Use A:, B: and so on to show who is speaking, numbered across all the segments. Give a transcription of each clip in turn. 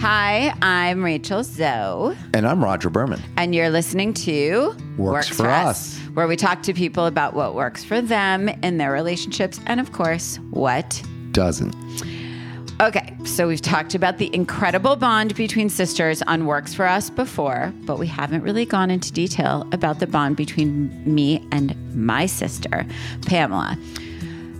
A: Hi, I'm Rachel Zoe,
B: And I'm Roger Berman.
A: and you're listening to
B: Works for Us.
A: where we talk to people about what works for them in their relationships and, of course, what
B: Doesn't.
A: Okay, so we've talked about the incredible bond between sisters on Works for Us before, but we haven't really gone into detail about the bond between me and my sister, Pamela.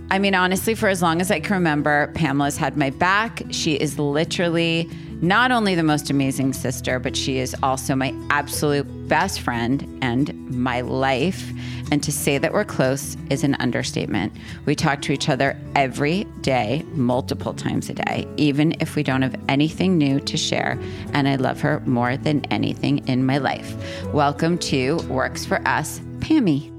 A: I mean, honestly, for as long as I can remember, Pamela's had my back. She is literally not only the most amazing sister, but she is also my absolute best friend and my life. And to say that we're close is an understatement. We talk to each other every day, multiple times a day, even if we don't have anything new to share. And I love her more than anything in my life. Welcome to Works for Us, Pammy.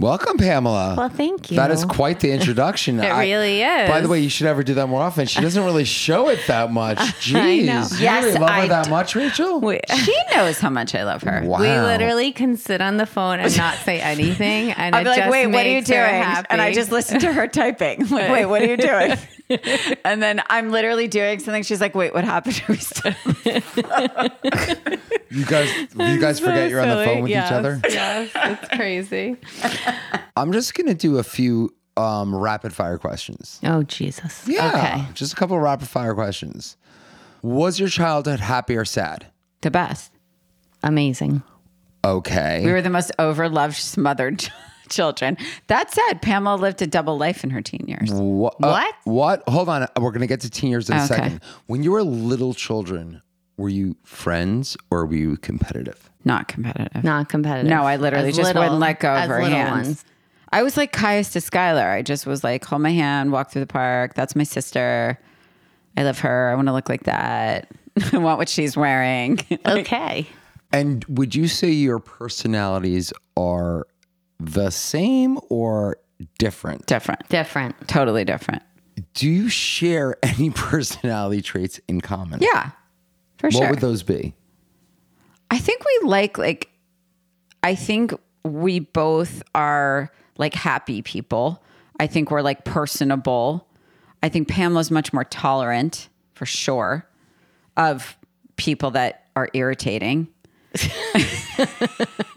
B: Welcome, Pamela.
C: Well, thank you.
B: That is quite the introduction.
C: It really is.
B: By the way, you should ever do that more often. She doesn't really show it that much. Jeez.
C: know.
B: You
A: Yes,
B: really love
A: I
B: her that
A: d-
B: much, Rachel?
C: We,
A: She knows how much I love her.
B: Wow.
C: we literally can sit on the phone and not say anything, and
A: I'd
C: it
A: be like,
C: just
A: wait, what are you
C: makes her
A: doing?
C: happy.
A: And I just listened to her typing. I'm like, wait, what are you doing? and then I'm literally doing something. She's like, wait, what happened? We stopped.
B: You guys you guys forget you're on the phone with each other?
C: Yes, it's crazy.
B: I'm just gonna do a few um, rapid fire questions.
C: Oh Jesus.
B: Yeah.
C: Okay.
B: Just a couple of rapid fire questions. Was your childhood happy or sad?
C: The best. Amazing.
B: Okay.
A: We were the most overloved, smothered ch- children. That said, Pamela lived a double life in her teen years.
B: What?
C: What?
B: Uh, what? Hold on. We're going to get to teen years in a
A: Okay.
B: second. When you were little children, were you friends or were you competitive?
A: Not competitive.
C: Not competitive.
A: No, I literally
C: As
A: just
C: little-
A: wouldn't let go of
C: as
A: her
C: little
A: hands.
C: ones.
A: I was like Caius to Skylar. I just was like, hold my hand, walk through the park. That's my sister. I love her. I want to look like that. I want what she's wearing.
C: Okay.
B: And would you say your personalities are the same or different?
A: different.
C: Different.
A: Totally different.
B: Do you share any personality traits in common?
A: Yeah. For
B: What
A: sure.
B: would those be?
A: I think we like like I think we both are like happy people. I think we're like personable. I think Pamela's much more tolerant for sure of people that are irritating.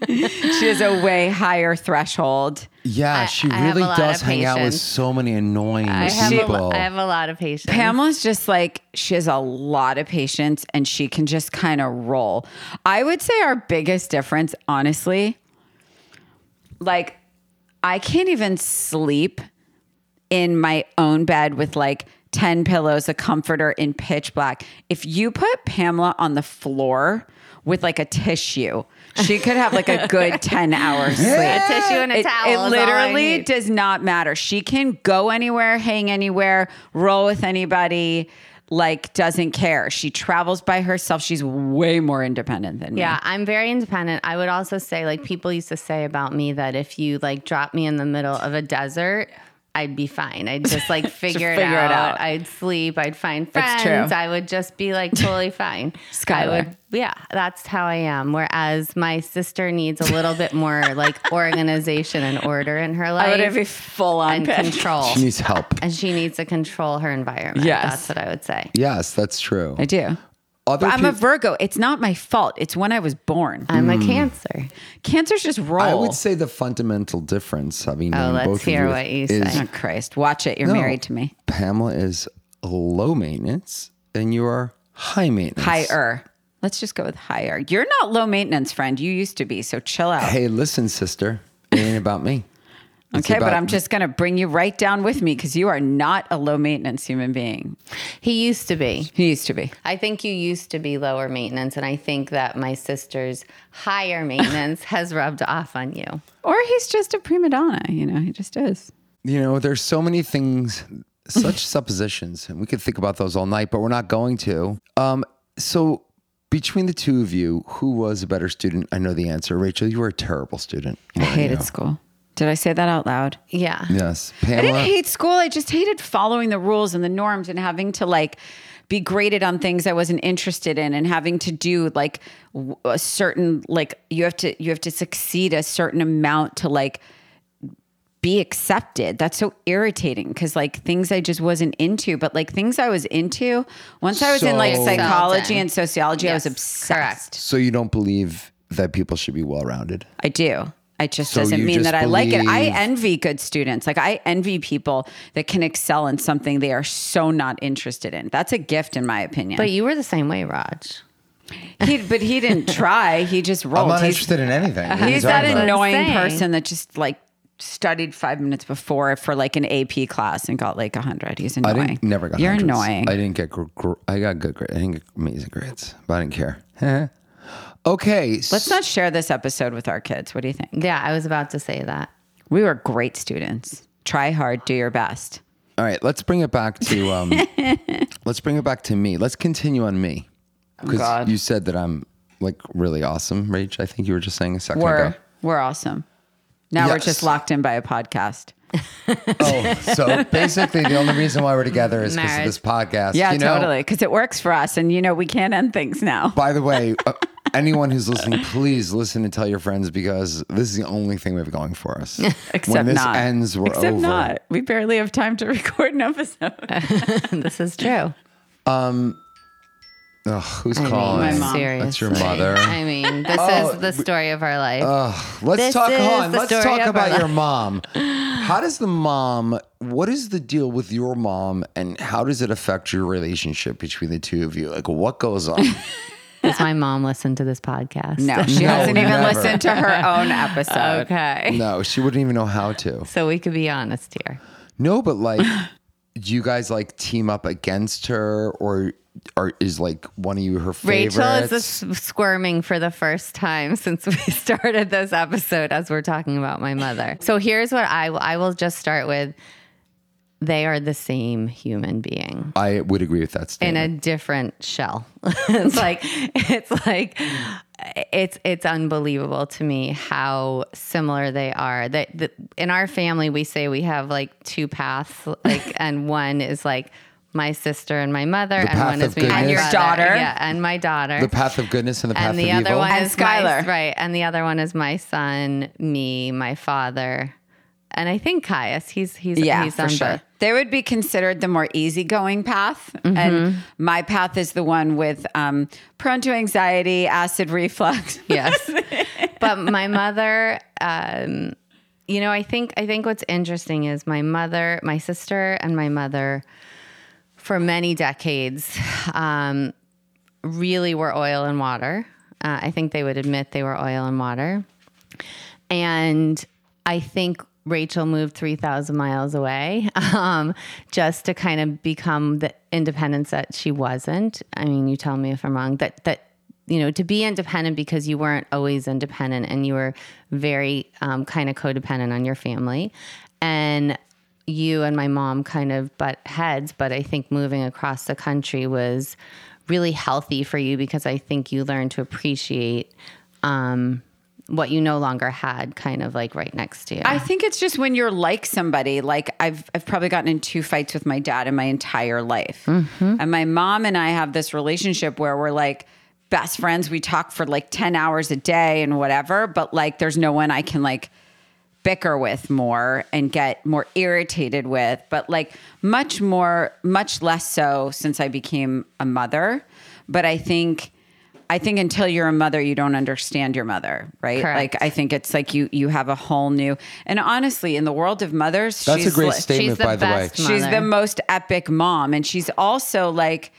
A: she has a way higher threshold.
B: Yeah, she
C: I have
B: really
C: a lot
B: does
C: of
B: hang out with
C: patience.
B: so many annoying
C: I have, a,
B: people.
C: lo- I have a lot of patience.
A: Pamela's just like she has a lot of patience and she can just kind of roll. I would say our biggest difference, honestly, like I can't even sleep in my own bed with like 10 pillows, a comforter in pitch black. If you put Pamela on the floor with like a tissue, she could have like a good 10 hours sleep.
C: A tissue and a
A: It,
C: towel.
A: it
C: is all I
A: literally
C: need.
A: does not matter. She can go anywhere, hang anywhere, roll with anybody, like doesn't care. She travels by herself. She's way more independent than
C: Yeah,
A: me.
C: I'm very independent. I would also say, like, people used to say about me that if you like drop me in the middle of a desert, I'd be fine. I'd just like figure, it,
A: figure it
C: out.
A: out.
C: I'd sleep. I'd find
A: It's true.
C: friends. I would just be like totally fine. I
A: Skylar.
C: would, yeah, that's how I am. Whereas my sister needs a little bit more like organization and order in her
A: I
C: life
A: would have a full on
C: and control.
B: she needs help.
C: and she needs to control her environment.
A: Yes.
C: That's what I would say.
B: Yes, that's true.
A: I do.
B: Other
A: I'm a
B: peop-
A: Virgo. It's not my fault. It's when I was born.
C: I'm a cancer.
A: Cancers just roll.
B: I would say the fundamental difference. I mean,
C: Oh,
B: both
C: let's
B: of
C: hear
B: you
C: what you
B: is
C: say.
A: Oh, Christ. Watch it. You're
B: No.
A: married to me.
B: Pamela is low maintenance and you are high maintenance.
A: Higher. Let's just go with higher. You're not low maintenance, friend. You used to be. So chill out.
B: Hey, listen, sister. It ain't about me. It's
A: okay, but
B: about-
A: I'm just going to bring you right down with me because you are not a low maintenance human being.
C: He used to be.
A: He used to be.
C: I think you used to be lower maintenance, and I think that my sister's higher maintenance has rubbed off on you.
A: Or he's just a prima donna. You know, he just is.
B: You know, there's so many things, such suppositions, and we could think about those all night, but we're not going to. Um, so between the two of you, who was a better student? I know the answer. Rachel, you were a terrible student.
A: I hated school. Did I say that out loud?
C: Yeah.
B: Yes.
A: I didn't
B: Pamela.
A: hate school. I just hated following the rules and the norms and having to like be graded on things I wasn't interested in and having to do like w- a certain like you have to you have to succeed a certain amount to like be accepted. That's so irritating because like things I just wasn't into, but like things I was into once I was in like
B: So-
A: psychology
C: Self-in.
A: and sociology, I was
C: Yes,
A: obsessed.
C: correct.
B: So you don't believe that people should be well rounded?
A: I do. It just
B: So
A: doesn't
B: you
A: mean
B: just
A: that I like it. I
B: believe-
A: envy good students. Like I envy people that can excel in something they are so not interested in. That's a gift, in my opinion.
C: But you were the same way, Raj.
A: he, but he didn't try. He just rolled.
B: I'm not
A: Oh, He's- Uh-huh.
B: interested in anything. What are you
A: He's that
B: talking about?
A: annoying
C: Insane.
A: person that just like studied five minutes before for like an AP class and got like a hundred. He's
B: I
A: annoying.
B: didn't, never got.
A: You're
B: 100s.
A: annoying.
B: I didn't get. Gr- gr- I got good grades. I didn't get amazing grades, but I didn't care. okay.
A: Let's not share this episode with our kids. What do you think?
C: Yeah, I was about to say that.
A: We were great students. Try hard, do your best.
B: All right, let's bring it back to um, let's bring it back to me. Let's continue on me because
A: Oh, God.
B: you said that I'm like really awesome, Rach. I think you were just saying a second
A: We're
B: ago.
A: we're awesome. Now we're
B: Yes.
A: just locked in by a podcast.
B: Oh, so basically the only reason why we're together is because of
C: Marriage.
B: this podcast.
A: Yeah,
B: you know?
A: totally. Because it works for us, and you know we can't end things now.
B: By the way, uh, anyone who's listening, please listen and tell your friends because this is the only thing we have going for us.
A: Except
B: when this
A: not.
B: ends, we're
A: Except
B: over.
A: not. We barely have time to record an episode.
C: this is true.
B: Ugh, who's calling?
A: My mom.
B: That's your
C: seriously.
B: mother.
C: I mean, this
B: Oh, Uh.
C: is the story of our life.
B: Let's
C: This
B: talk.
C: is
B: Hold on.
C: the
B: Let's
C: story
B: talk
C: of our
B: about your mom. How does the mom? What is the deal with your mom, and how does it affect your relationship between the two of you? Like, what goes on?
C: Does my mom listen to this podcast?
A: No, she
B: No,
A: hasn't even
B: never.
A: listened to her own episode.
C: Okay.
B: no, she wouldn't even know how to.
C: So we could be honest here.
B: No, but like, do you guys like team up against her, or or is like one of you her favorites?
C: Rachel is s- squirming for the first time since we started this episode as we're talking about my mother. So here's what I will I will just start with they are the same human being.
B: I would agree with that
C: in
B: statement.
C: a different shell. it's like it's like it's it's unbelievable to me how similar they are. That that- in our family we say we have like two paths, like and one is like my sister and my mother, and
B: path
C: one
B: of
C: is me
B: goodness.
C: my
B: And your
C: brother.
A: daughter.
C: yeah, and my daughter.
B: the path of goodness and the path
C: and the
B: of
C: other
B: evil.
C: one
A: And
C: is
A: Skylar.
C: my, right? And the other one is my son, me, my father, and I think Caius. He's he's
A: Yeah,
C: he's
A: for
C: on
A: sure.
C: both.
A: They would be considered the more easygoing path, and my path is the one with um, prone to anxiety, acid reflux.
C: yes but my mother um you know i think i think what's interesting is my mother my sister and my mother for many decades um really were oil and water uh, i think they would admit they were oil and water and I think Rachel moved 3,000 miles away um, just to kind of become the independence that she wasn't. I mean, you tell me if I'm wrong, that, that, you know, to be independent because you weren't always independent and you were very um, kind of codependent on your family. And you and my mom kind of butt heads, but I think moving across the country was really healthy for you because I think you learned to appreciate um, what you no longer had kind of like right next to you.
A: I think it's just when you're like somebody, like I've I've probably gotten in two fights with my dad in my entire life. And my mom and I have this relationship where we're like best friends. We talk for like 10 hours a day and whatever, but like there's no one I can like bicker with more and get more irritated with, but like much more much less so since I became a mother. But I think I think until you're a mother, you don't understand your mother, right?
C: Correct.
A: Like I think it's like you you have a whole new and honestly in the world of mothers
B: That's a
A: she's
B: great
A: li-
B: statement,
C: she's the
B: by the way.
C: best
A: she's
C: mother.
A: the most epic mom and she's also like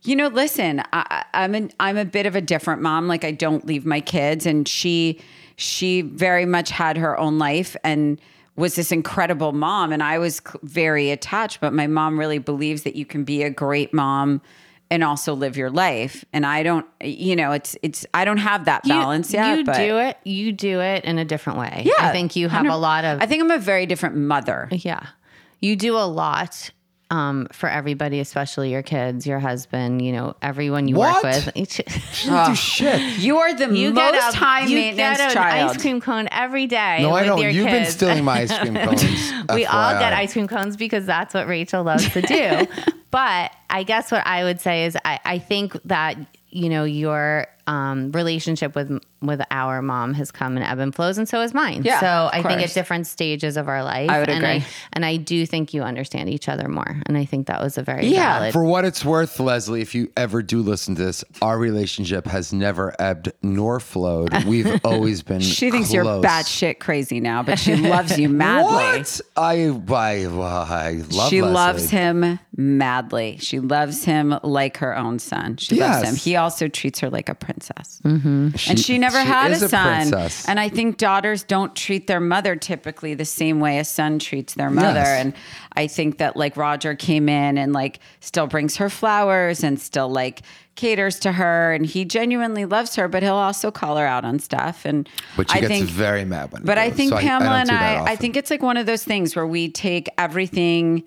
A: you know listen I, I- i'm an, i'm a bit of a different mom like i don't leave my kids and she she very much had her own life and was this incredible mom and i was c- very attached but my mom really believes that you can be a great mom and also live your life and i don't you know it's it's i don't have that balance
C: you,
A: yet
C: You
A: but
C: do it. You do it in a different way. I think you have a lot of
A: i think i'm a very different mother
C: Yeah. You do a lot um, for everybody, especially your kids, your husband, you know, everyone you
B: What?
C: work with. Each-
B: Didn't do shit.
A: you are the
C: You
A: most
C: get a,
A: high
C: you
A: maintenance
C: get an
A: child
C: ice cream cone every day.
B: No,
C: with
B: I don't.
C: Your
B: You've
C: kids.
B: been stealing my ice cream cones.
C: we all
B: FYI.
C: get ice cream cones because that's what Rachel loves to do. but I guess what I would say is I, I think that, you know, your um, relationship with with our mom has come in ebb and flows, and so has mine.
A: Yeah,
C: so
A: of
C: I think
A: course.
C: at different stages of our life,
A: I would
C: and
A: agree.
C: I, and I do think you understand each other more, and I think that was a very
A: Yeah.
C: valid.
B: For what it's worth, Leslie, if you ever do listen to this, our relationship has never ebbed nor flowed. We've always been.
A: She thinks you're
B: Mm, close.
A: batshit crazy now, but she loves you madly.
B: What? I, I, I love.
A: she
B: Leslie.
A: loves him madly. She loves him like her own son. She loves
B: Yes. Mm-hmm.
A: him. He also treats her like a princess. and she never
B: she
A: had
B: is
A: a
B: a
A: son.
B: princess.
A: and I think daughters don't treat their mother typically the same way a son treats their mother.
B: Yes.
A: And I think that like Roger came in and like still brings her flowers and still like caters to her and he genuinely loves her, but he'll also call her out on stuff. And
B: But she
A: I
B: gets
A: think
B: very mad when. I
A: but
B: do
A: I
B: it,
A: think
B: so
A: Pamela
B: I, I
A: and
B: don't do that
A: I, I
B: often.
A: think it's like one of those things where we take everything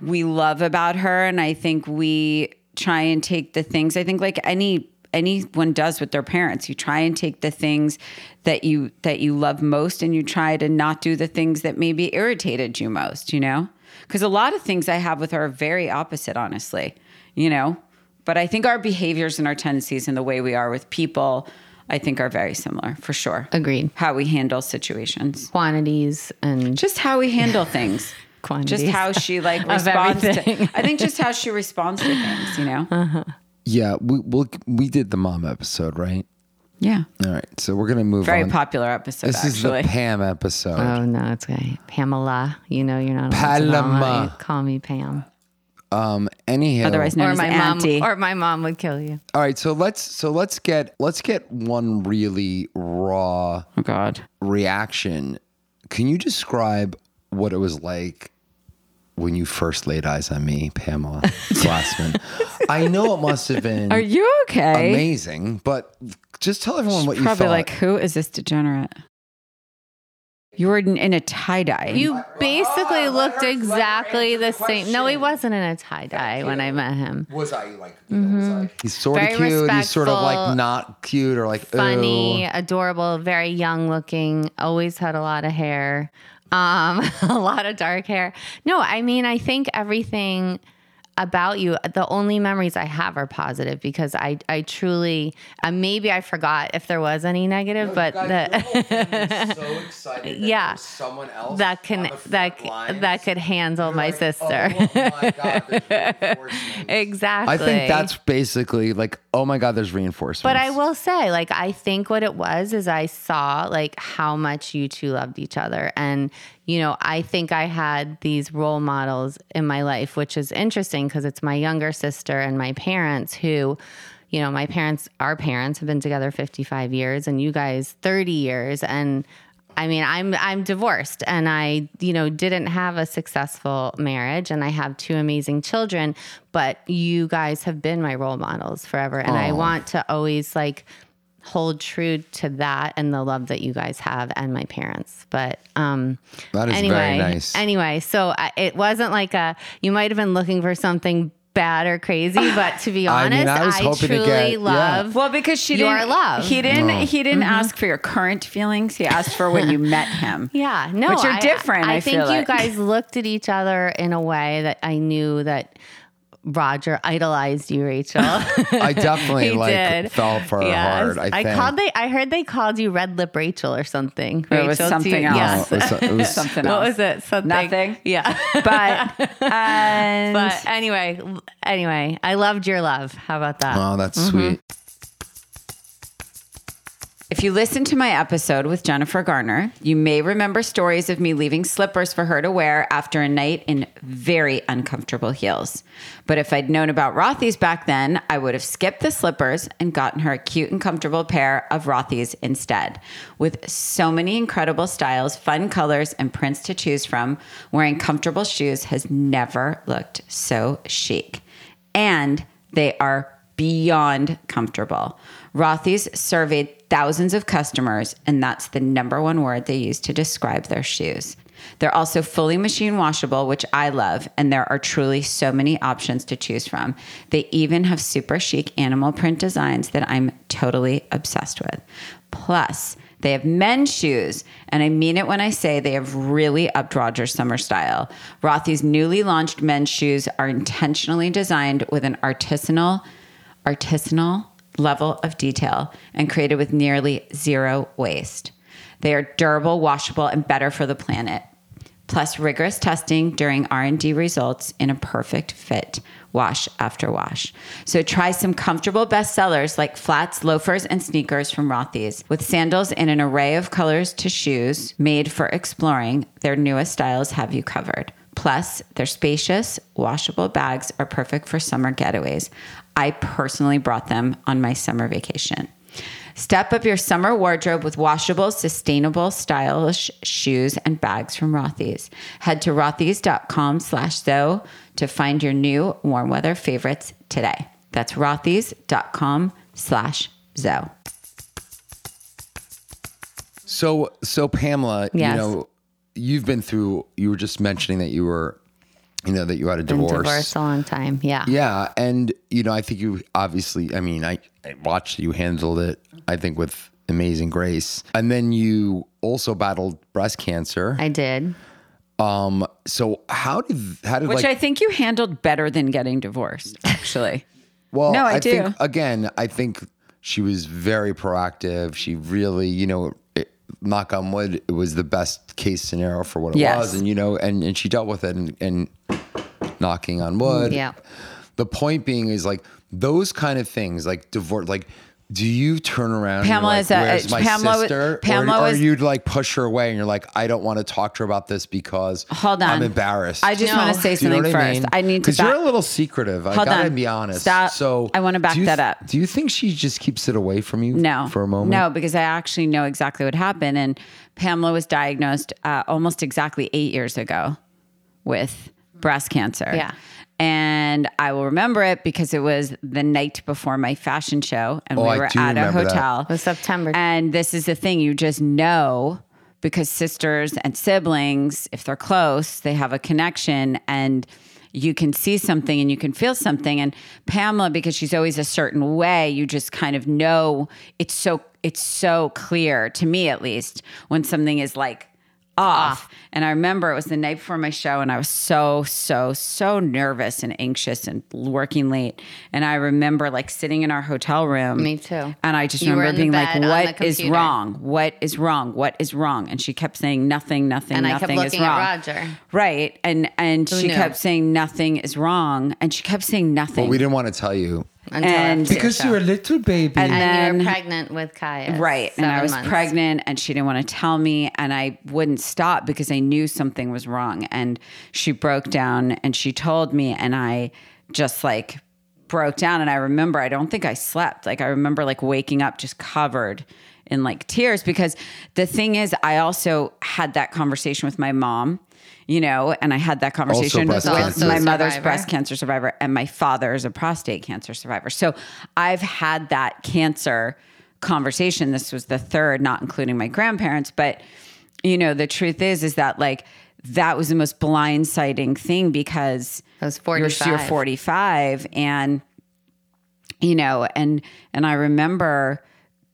A: we love about her, and I think we try and take the things. I think like any anyone does with their parents, you try and take the things that you that you love most, and you try to not do the things that maybe irritated you most. You know, because a lot of things I have with her are very opposite, honestly. You know. But I think our behaviors and our tendencies and the way we are with people, I think, are very similar for sure
C: Agreed.
A: how we handle situations.
C: Quantities and
A: Just how we handle things.
C: Quantities
A: Just how she like
C: of
A: responds
C: everything.
A: to I think just how she responds to things, you know?
B: Yeah, we we'll, we did the mom episode, right?
A: Yeah.
B: All right, so we're gonna move
A: Very
B: on.
A: popular episode
B: This
A: actually.
B: is the Pam episode.
C: Oh no, it's okay. Pamela, you know you're not
B: Paloma.
C: Paloma. Call me Pam.
B: um, anyhow,
A: Otherwise known
C: or
A: as
C: my
A: auntie.
C: mom or my mom would kill you.
B: all right. So let's so let's get let's get one really raw
A: oh God.
B: reaction. Can you describe what it was like when you first laid eyes on me, Pamela Glassman? I know it must have been
A: Are you okay?
B: amazing, but just tell everyone what you
A: Probably
B: thought.
A: like, who is this degenerate? You were in, in a tie dye.
C: You basically looked exactly the same. No, he wasn't in a tie dye when I met him.
B: was I like, he's sort of
C: mm-hmm. Very
B: cute, he's sort of like
C: respectful,
B: not cute or like
C: Funny,
B: ooh.
C: adorable, very young looking. Always had a lot of hair. Um, a lot of dark hair. No, I mean I think everything about you the only memories i have are positive because i i truly uh, maybe i forgot if there was any negative but the
B: so excited
C: that Yeah. there's
B: someone else
C: that can that c- that could handle my sister.
B: oh, my god,
C: exactly.
B: I think that's basically like, oh my God, there's reinforcements.
C: But I will say, like, I think what it was is I saw like how much you two loved each other, and you know, I think I had these role models in my life, which is interesting because it's my younger sister and my parents who. You know, my parents, our parents have been together 55 years and you guys 30 years. And I mean, I'm I'm divorced and I, you know, didn't have a successful marriage and I have two amazing children, but you guys have been my role models forever and I want to always like hold true to that and the love that you guys have and my parents. But um
B: That is very
C: anyway,
B: nice.
C: anyway, so I, it wasn't like a you might have been looking for something bad or crazy, but to be
B: I
C: honest, I,
B: mean, I was hoping to
C: truly
B: get- yeah.
C: love
A: Well, because she
C: your
A: didn't
C: love.
A: He didn't he didn't ask for your current feelings. He asked for when you met him.
C: Yeah, no,
A: Which are
C: I-
A: different,
C: I,
A: I
C: think
A: feel
C: you
A: like.
C: guys looked at each other in a way that I knew that Roger idolized you, Rachel.
B: I definitely
C: he
B: like
C: did.
B: fell for
C: Yes.
B: her hard. I, think.
C: called they. I heard they called you Red Lip Rachel or something.
A: It was
C: Rachel, do you-
A: something else.
B: Oh,
C: Yes.
B: it was- it was-
A: Something
C: What
A: else.
C: was it? Something.
A: Nothing.
C: Yeah.
A: But and
C: but anyway, anyway, I loved your love. How about that?
B: Oh, that's
C: Mm-hmm.
B: sweet.
A: If you listen to my episode with Jennifer Garner, you may remember stories of me leaving slippers for her to wear after a night in very uncomfortable heels. But if I'd known about Rothy's back then, I would have skipped the slippers and gotten her a cute and comfortable pair of Rothy's instead. With so many incredible styles, fun colors, and prints to choose from, wearing comfortable shoes has never looked so chic and they are beyond comfortable. Rothy's surveyed thousands of customers, and that's the number one word they use to describe their shoes. They're also fully machine washable, which I love, and there are truly so many options to choose from. They even have super chic animal print designs that I'm totally obsessed with. Plus, they have men's shoes, and I mean it when I say they have really upped Roger's summer style. Rothy's newly launched men's shoes are intentionally designed with an artisanal, artisanal level of detail and created with nearly zero waste. They are durable, washable, and better for the planet. Plus rigorous testing during R&D results in a perfect fit wash after wash. So try some comfortable bestsellers like flats, loafers, and sneakers from Rothy's with sandals in an array of colors to shoes made for exploring. Their newest styles have you covered. Plus, their spacious, washable bags are perfect for summer getaways. I personally brought them on my summer vacation. Step up your summer wardrobe with washable, sustainable, stylish shoes and bags from Rothy's. Head to rothys.com slash Zoe to find your new warm weather favorites today. That's rothys.com slash Zoe.
B: So, so Pamela,
C: Yes.
B: you know, you've been through. You were just mentioning that you were, you know, that you had a
C: Been
B: divorce.
C: divorced a long time. Yeah.
B: Yeah, and you know, I think you obviously. I mean, I, I watched you handled it. I think with amazing grace, and then you also battled breast cancer.
C: I did.
B: um, so how did how did
A: Which
B: like
A: I think you handled better than getting divorced, actually.
B: Well,
A: No, I do.
B: Think, again, I think she was very proactive. She really, you know, it, knock on wood, it was the best case scenario for what it
A: Yes.
B: was, and you know, and and she dealt with it, and, and knocking on wood.
C: Yeah.
B: The point being is like those kind of things, like divorce, like. Do you turn around?
A: Pamela
B: and
A: is
B: you're
A: a- uh,
B: like, Where's my
A: Pamela was-
B: sister? Or-
A: Pamela
B: or,
A: was-
B: you'd like push her away, and you're like, I don't want to talk to her about this because
A: Hold on.
B: I'm embarrassed.
A: I just
C: No.
A: want to say
B: Do you know
A: something
B: what
A: first.
B: mean?
A: I need to
B: 'Cause you're
A: back-
B: a little secretive. I
A: Hold
B: gotta
A: on.
B: be honest.
A: Stop.
B: So
A: I wanna back
B: do you
A: that
B: th-
A: up.
B: Do you think she just keeps it away from you?
A: No.
B: for a moment.
A: No, because I actually know exactly what happened. And Pamela was diagnosed uh, almost exactly eight years ago with breast cancer.
C: Yeah.
A: And I will remember it because it was the night before my fashion show and
B: Oh, I
A: we were
B: do
A: at a
B: remember that.
A: hotel.
C: was September.
A: And this is the thing you just know because sisters and siblings, if they're close, they have a connection and you can see something and you can feel something. And Pamela, because she's always a certain way, you just kind of know it's so it's so clear to me at least when something is like off. And I remember it was the night before my show, and I was so, so, so nervous and anxious and working late. And I remember like sitting in our hotel room.
C: Me too.
A: Um, And I just
C: You were
A: remember
C: in
A: being
C: the
A: like,
C: bed on
A: "What
C: the
A: is
C: computer."
A: wrong? What is wrong? What is wrong?" And she kept saying, "Nothing, nothing,
C: And I kept
A: nothing is
C: looking at
A: wrong."
C: Roger.
A: Right. And and she
C: knew?
A: kept saying, "Nothing is wrong," and she kept saying nothing.
B: we didn't want to tell you
C: Until
A: And-
C: after the
A: Because
C: show.
B: a little baby.
A: And
C: and
A: then-
C: you were pregnant with Kaya.
A: Right. And I
C: seven
A: was
C: months.
A: pregnant and she didn't want to tell me. And I wouldn't stop because I knew something was wrong. And she broke down and she told me. And I just like broke down. And I remember, I don't think I slept. Like, I remember like waking up just covered in like tears because the thing is, I also had that conversation with my mom. You know, and I had that conversation with
B: breast cancer.
A: my mother's
C: Survivor.
A: breast cancer survivor, and my father is a prostate cancer survivor. So I've had that cancer conversation. This was the third, not including my grandparents. But, you know, the truth is, is that like that was the most blindsiding thing because
C: I was
A: you're,
C: 45.
A: you're 45 and you know and and i remember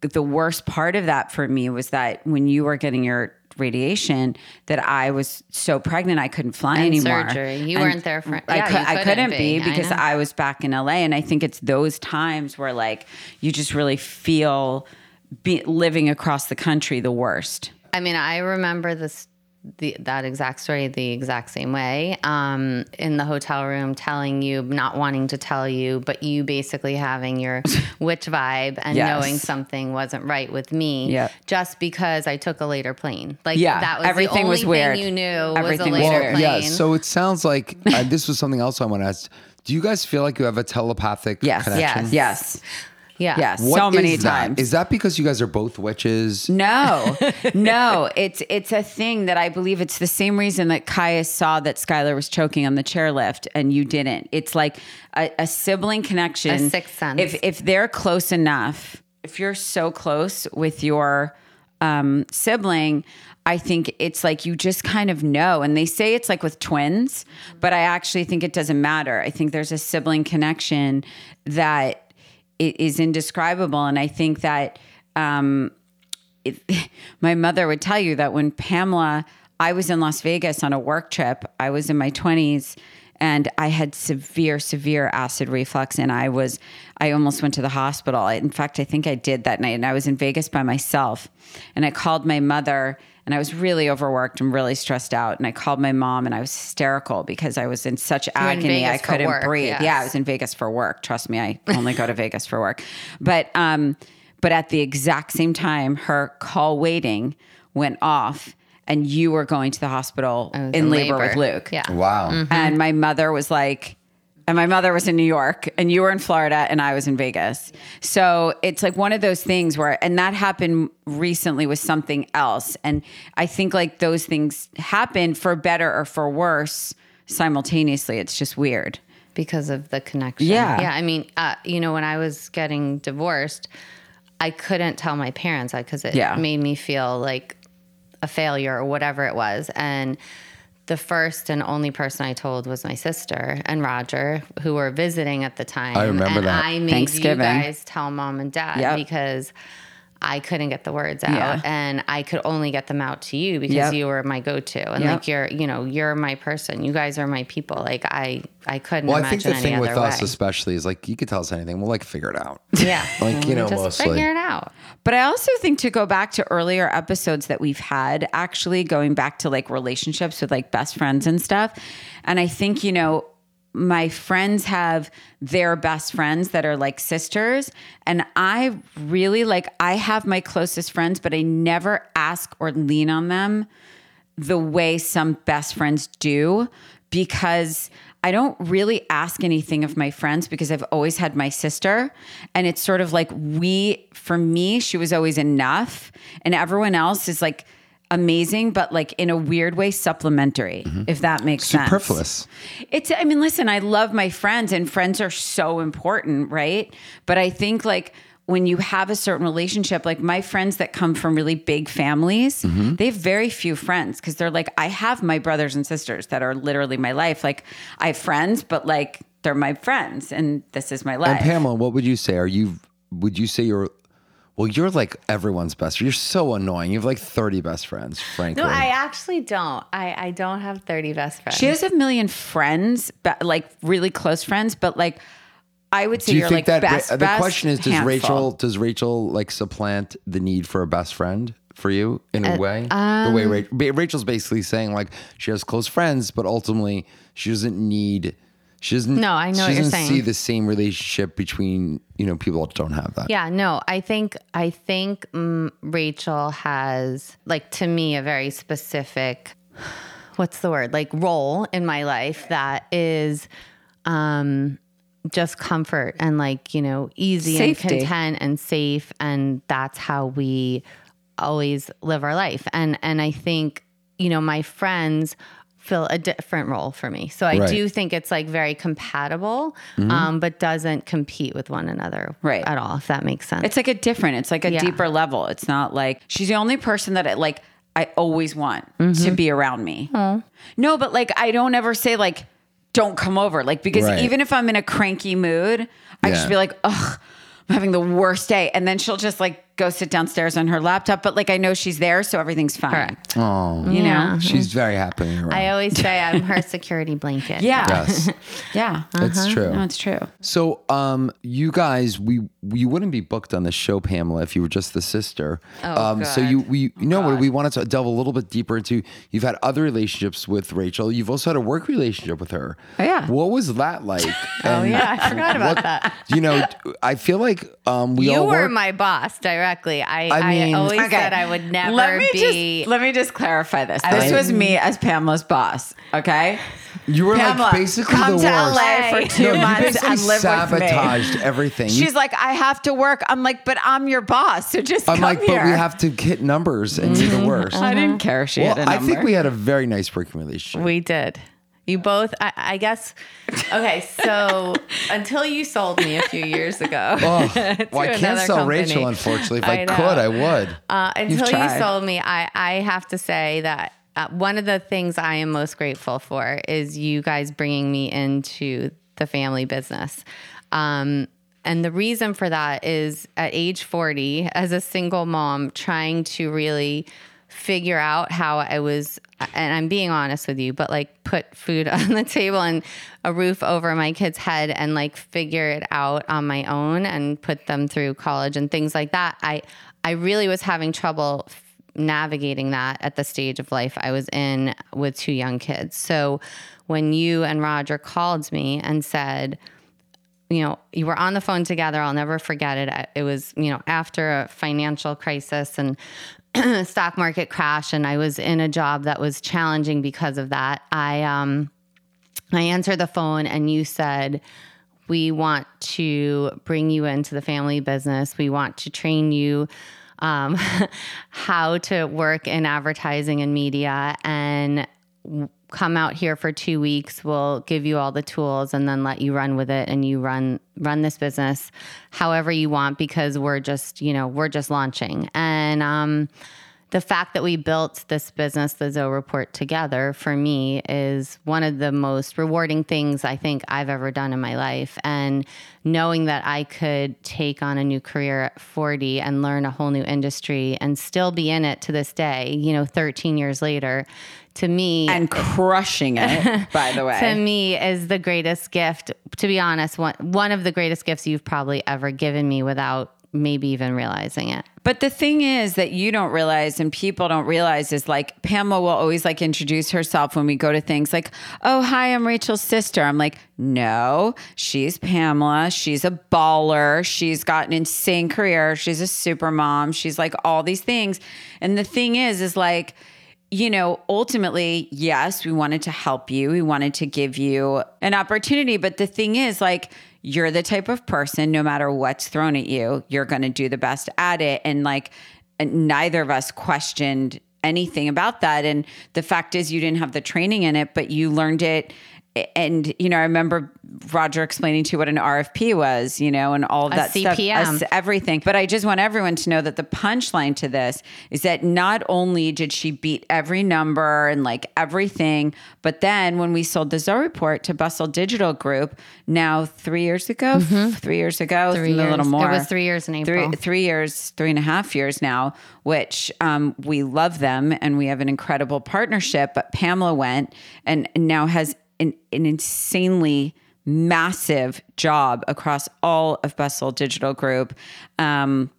A: the worst part of that for me was that when you were getting your radiation that i was so pregnant i couldn't fly anymore
C: surgery. You weren't there for-
A: I,
C: yeah,
A: cou-
C: you
A: I couldn't
C: couldn't
A: be,
C: be. I
A: because
C: know.
A: I was back in la and i think it's those times where like you just really feel be, living across the country the worst
C: I mean, I remember this the, that exact story the exact same way um, in the hotel room, telling you, not wanting to tell you, but you basically having your witch vibe and
A: Yes.
C: knowing something wasn't right with me,
A: Yep.
C: just because I took a later plane. Like
A: Yeah,
C: that was
A: everything
C: the only
A: was weird.
C: thing you knew
A: Everything
C: was
A: was
C: a later
A: weird.
C: plane.
B: yeah. So it sounds like uh, this was something else I want to ask. Do you guys feel like you have a telepathic
A: yes
B: connection?
C: Yes.
A: yes
C: yeah,
A: yes
B: What
A: so many
B: is that?
A: times
B: Is that because you guys are both witches?
A: No, no, it's it's a thing that I believe it's the same reason that Kaya saw that Skylar was choking on the chairlift and you didn't. It's like a, a sibling connection,
C: A sixth sense.
A: If if they're close enough, if you're so close with your um, sibling, I think it's like you just kind of know. And they say it's like with twins, but I actually think it doesn't matter. I think there's a sibling connection that it is indescribable, and I think that. Um, it, my mother would tell you that when Pamela, I was in Las Vegas on a work trip, I was in my 20s and I had severe, severe acid reflux, and I was, I almost went to the hospital. I- In fact, I think I did that night, and I was in Vegas by myself, and I called my mother, and I was really overworked and really stressed out, and I called my mom, and I was hysterical because I was in such
C: were in
A: agony I
C: Vegas for
A: couldn't
C: work,
A: breathe.
C: yes.
A: Yeah, I was in Vegas for work. Trust me, I only go to Vegas for work, but um, but at the exact same time, her call waiting went off. And you were going to the hospital in,
C: in
A: labor. with
C: Oh, Mm-hmm. labor.
A: Luke.
C: Yeah.
B: Wow.
C: Mm-hmm.
A: And my mother was like, and my mother was in New York, and you were in Florida, and I was in Vegas. So it's like one of those things where, and that happened recently with something else. And I think like those things happen for better or for worse simultaneously. It's just weird.
C: because of the connection.
A: Yeah.
C: Yeah. I mean, uh, you know, when I was getting divorced, I couldn't tell my parents because it
A: Yeah.
C: made me feel like a failure or whatever it was. And the first and only person I told was my sister and Roger, who were visiting at the time.
B: I remember
C: and
B: that.
C: I made you
A: Thanksgiving.
C: guys tell mom and dad
A: Yep.
C: because I couldn't get the words out
A: Yeah.
C: and I could only get them out to you because
A: Yep.
C: you were my go-to and
A: Yep.
C: like you're you know you're my person you guys are my people like I I couldn't
B: Well, I
C: imagine
B: think the
C: any
B: thing
C: other
B: with
C: way
B: us, especially, is like you could tell us anything. We'll like figure it out.
C: yeah
B: Like, you know,
C: just
B: mostly.
C: figure it out
A: But I also think to go back to earlier episodes that we've had, actually going back to like relationships with like best friends and stuff. And I think, you know, my friends have their best friends that are like sisters. And I really like, I have my closest friends, but I never ask or lean on them the way some best friends do because I don't really ask anything of my friends because I've always had my sister. And it's sort of like we, for me, she was always enough. And everyone else is like amazing, but like in a weird way, supplementary, if that makes sense.
B: Superfluous.
A: It's, I mean, listen, I love my friends and friends are so important, right? But I think like when you have a certain relationship, like my friends that come from really big families,
B: Mm-hmm.
A: they have very few friends because they're like, I have my brothers and sisters that are literally my life. Like I have friends, but like they're my friends and this is my life.
B: And Pamela, what would you say? Are you? Would you say you're? Well, you're like everyone's best. You're so annoying. You have like 30 best friends, frankly.
C: no I actually don't I I don't have 30 best friends
A: she has a million friends, but like really close friends, but like I would say
B: Do you
A: are
B: think
A: like
B: that uh,
A: best,
B: the
A: best
B: question is does
A: handful.
B: Rachel does Rachel like supplant the need for a best friend for you in
C: Uh,
B: a way? the
C: um,
B: way Rachel, Rachel's basically saying like she has close friends, but ultimately she doesn't need. She doesn't.
C: No, I know
B: she
C: what you're
B: doesn't see
C: saying.
B: the same relationship between you know people that don't have that.
C: yeah no I think I think mm, Rachel has like to me a very specific what's the word like role in my life that is um just comfort and like you know easy
A: Safety.
C: and content and safe and that's how we always live our life and and i think you know my friends fill a different role for me so i
B: Right.
C: do think it's like very compatible um but doesn't compete with one another
A: Mm-hmm. Right.
C: at all if that makes sense
A: It's like a different, it's like a
C: Yeah.
A: deeper level. It's not like she's the only person that I like I always want
C: Mm-hmm.
A: to be around me.
C: Oh.
A: No, but like I don't ever say like don't come over. Like because
B: Right.
A: even if I'm in a cranky mood, I just
B: Yeah.
A: be like, ugh, I'm having the worst day. And then she'll just like go sit downstairs on her laptop. But like I know she's there, so everything's fine.
C: correct
B: Oh,
A: You know?
B: she's very happy. when you're
C: mm-hmm. i
B: around.
C: always say i'm her security blanket
A: Yeah.
B: yes,
A: Yeah.
C: Uh-huh.
B: it's true.
A: No, it's true.
B: So, um, you guys, we you wouldn't be booked on the show, Pamela, if you were just the sister.
C: Oh,
B: um, So
C: God.
B: you we you know what we wanted to delve a little bit deeper into. You've had other relationships with Rachel. You've also had a work relationship with her.
A: Oh, yeah.
B: What was that like?
C: oh yeah i forgot about that
B: you know, I feel like um, we
C: you
B: all
C: were
B: work-
C: my boss directly.
B: I
C: I, I,
B: mean-
C: always
A: Okay.
C: said I would never
A: let me
C: be.
A: just let me just clarify this.
B: would-
A: This was me as Pamela's boss. Okay.
B: you were
A: Pamela,
B: like basically
A: come
B: the
A: to
B: worst.
A: LA for two
B: no, you
A: months
B: basically
A: and live with me.
B: sabotaged everything. You
A: She's like, I have to work. I'm like, but I'm your boss, so just
B: I'm
A: come
B: like,
A: here. Mm-hmm. Mhm.
B: but we have to hit numbers, and you're the worst.
A: I didn't care. if She
B: Well,
A: had a
B: I
A: number.
B: think we had a very nice working relationship.
C: we did. You both, I, I guess. Okay, so until you sold me a few years ago,
B: Oh, well, I can't
C: another
B: sell
C: company.
B: Rachel, unfortunately. If I,
C: I know.
B: could, I would.
C: uh, until you
A: tried.
C: sold me, I, I have to say that uh, one of the things I am most grateful for is you guys bringing me into the family business. Um, and the reason for that is at age 40, as a single mom, trying to really figure out how I was, and I'm being honest with you, but like put food on the table and a roof over my kid's head and like figure it out on my own and put them through college and things like that. I, I really was having trouble navigating that at the stage of life I was in with two young kids. So when you and Roger called me and said, you know, you were on the phone together. I'll never forget it. It was, you know, after a financial crisis and stock market crash, and I was in a job that was challenging because of that. I, um, I answered the phone, and you said, "We want to bring you into the family business. We want to train you." Um, how to work in advertising and media and come out here for two weeks we'll give you all the tools and then let you run with it and you run run this business however you want because we're just you know we're just launching and um, the fact that we built this business the zoe report together for me is one of the most rewarding things i think i've ever done in my life and knowing that i could take on a new career at 40 and learn a whole new industry and still be in it to this day you know 13 years later to me
A: and crushing it by the way
C: to me is the greatest gift to be honest one, one of the greatest gifts you've probably ever given me without maybe even realizing it
A: But the thing is that you don't realize and people don't realize is like Pamela will always like introduce herself when we go to things like, oh, hi, I'm Rachel's sister. I'm like, no, she's Pamela. She's a baller. She's got an insane career. She's a super mom. She's like all these things. And the thing is, is like, you know, ultimately, yes, we wanted to help you. We wanted to give you an opportunity. But the thing is, like, you're the type of person, no matter what's thrown at you, you're going to do the best at it. And like, and neither of us questioned anything about that. And the fact is, you didn't have the training in it, but you learned it. And, you know, I remember Roger explaining to you what an RFP was, you know, and all of
C: A
A: that stuff.
C: CPM.
A: s- everything. But I just want everyone to know that the punchline to this is that not only did she beat every number and like everything, but then when we sold the Zoe Report to Bustle Digital Group, now three years ago, three years ago,
C: Mm-hmm. Three
A: a little
C: years. It
A: more.
C: was three years in April.
A: Three, three years, three and a half years now, which um, we love them and we have an incredible partnership. But Pamela went and now has an, an insanely massive job across all of Bustle Digital Group, um,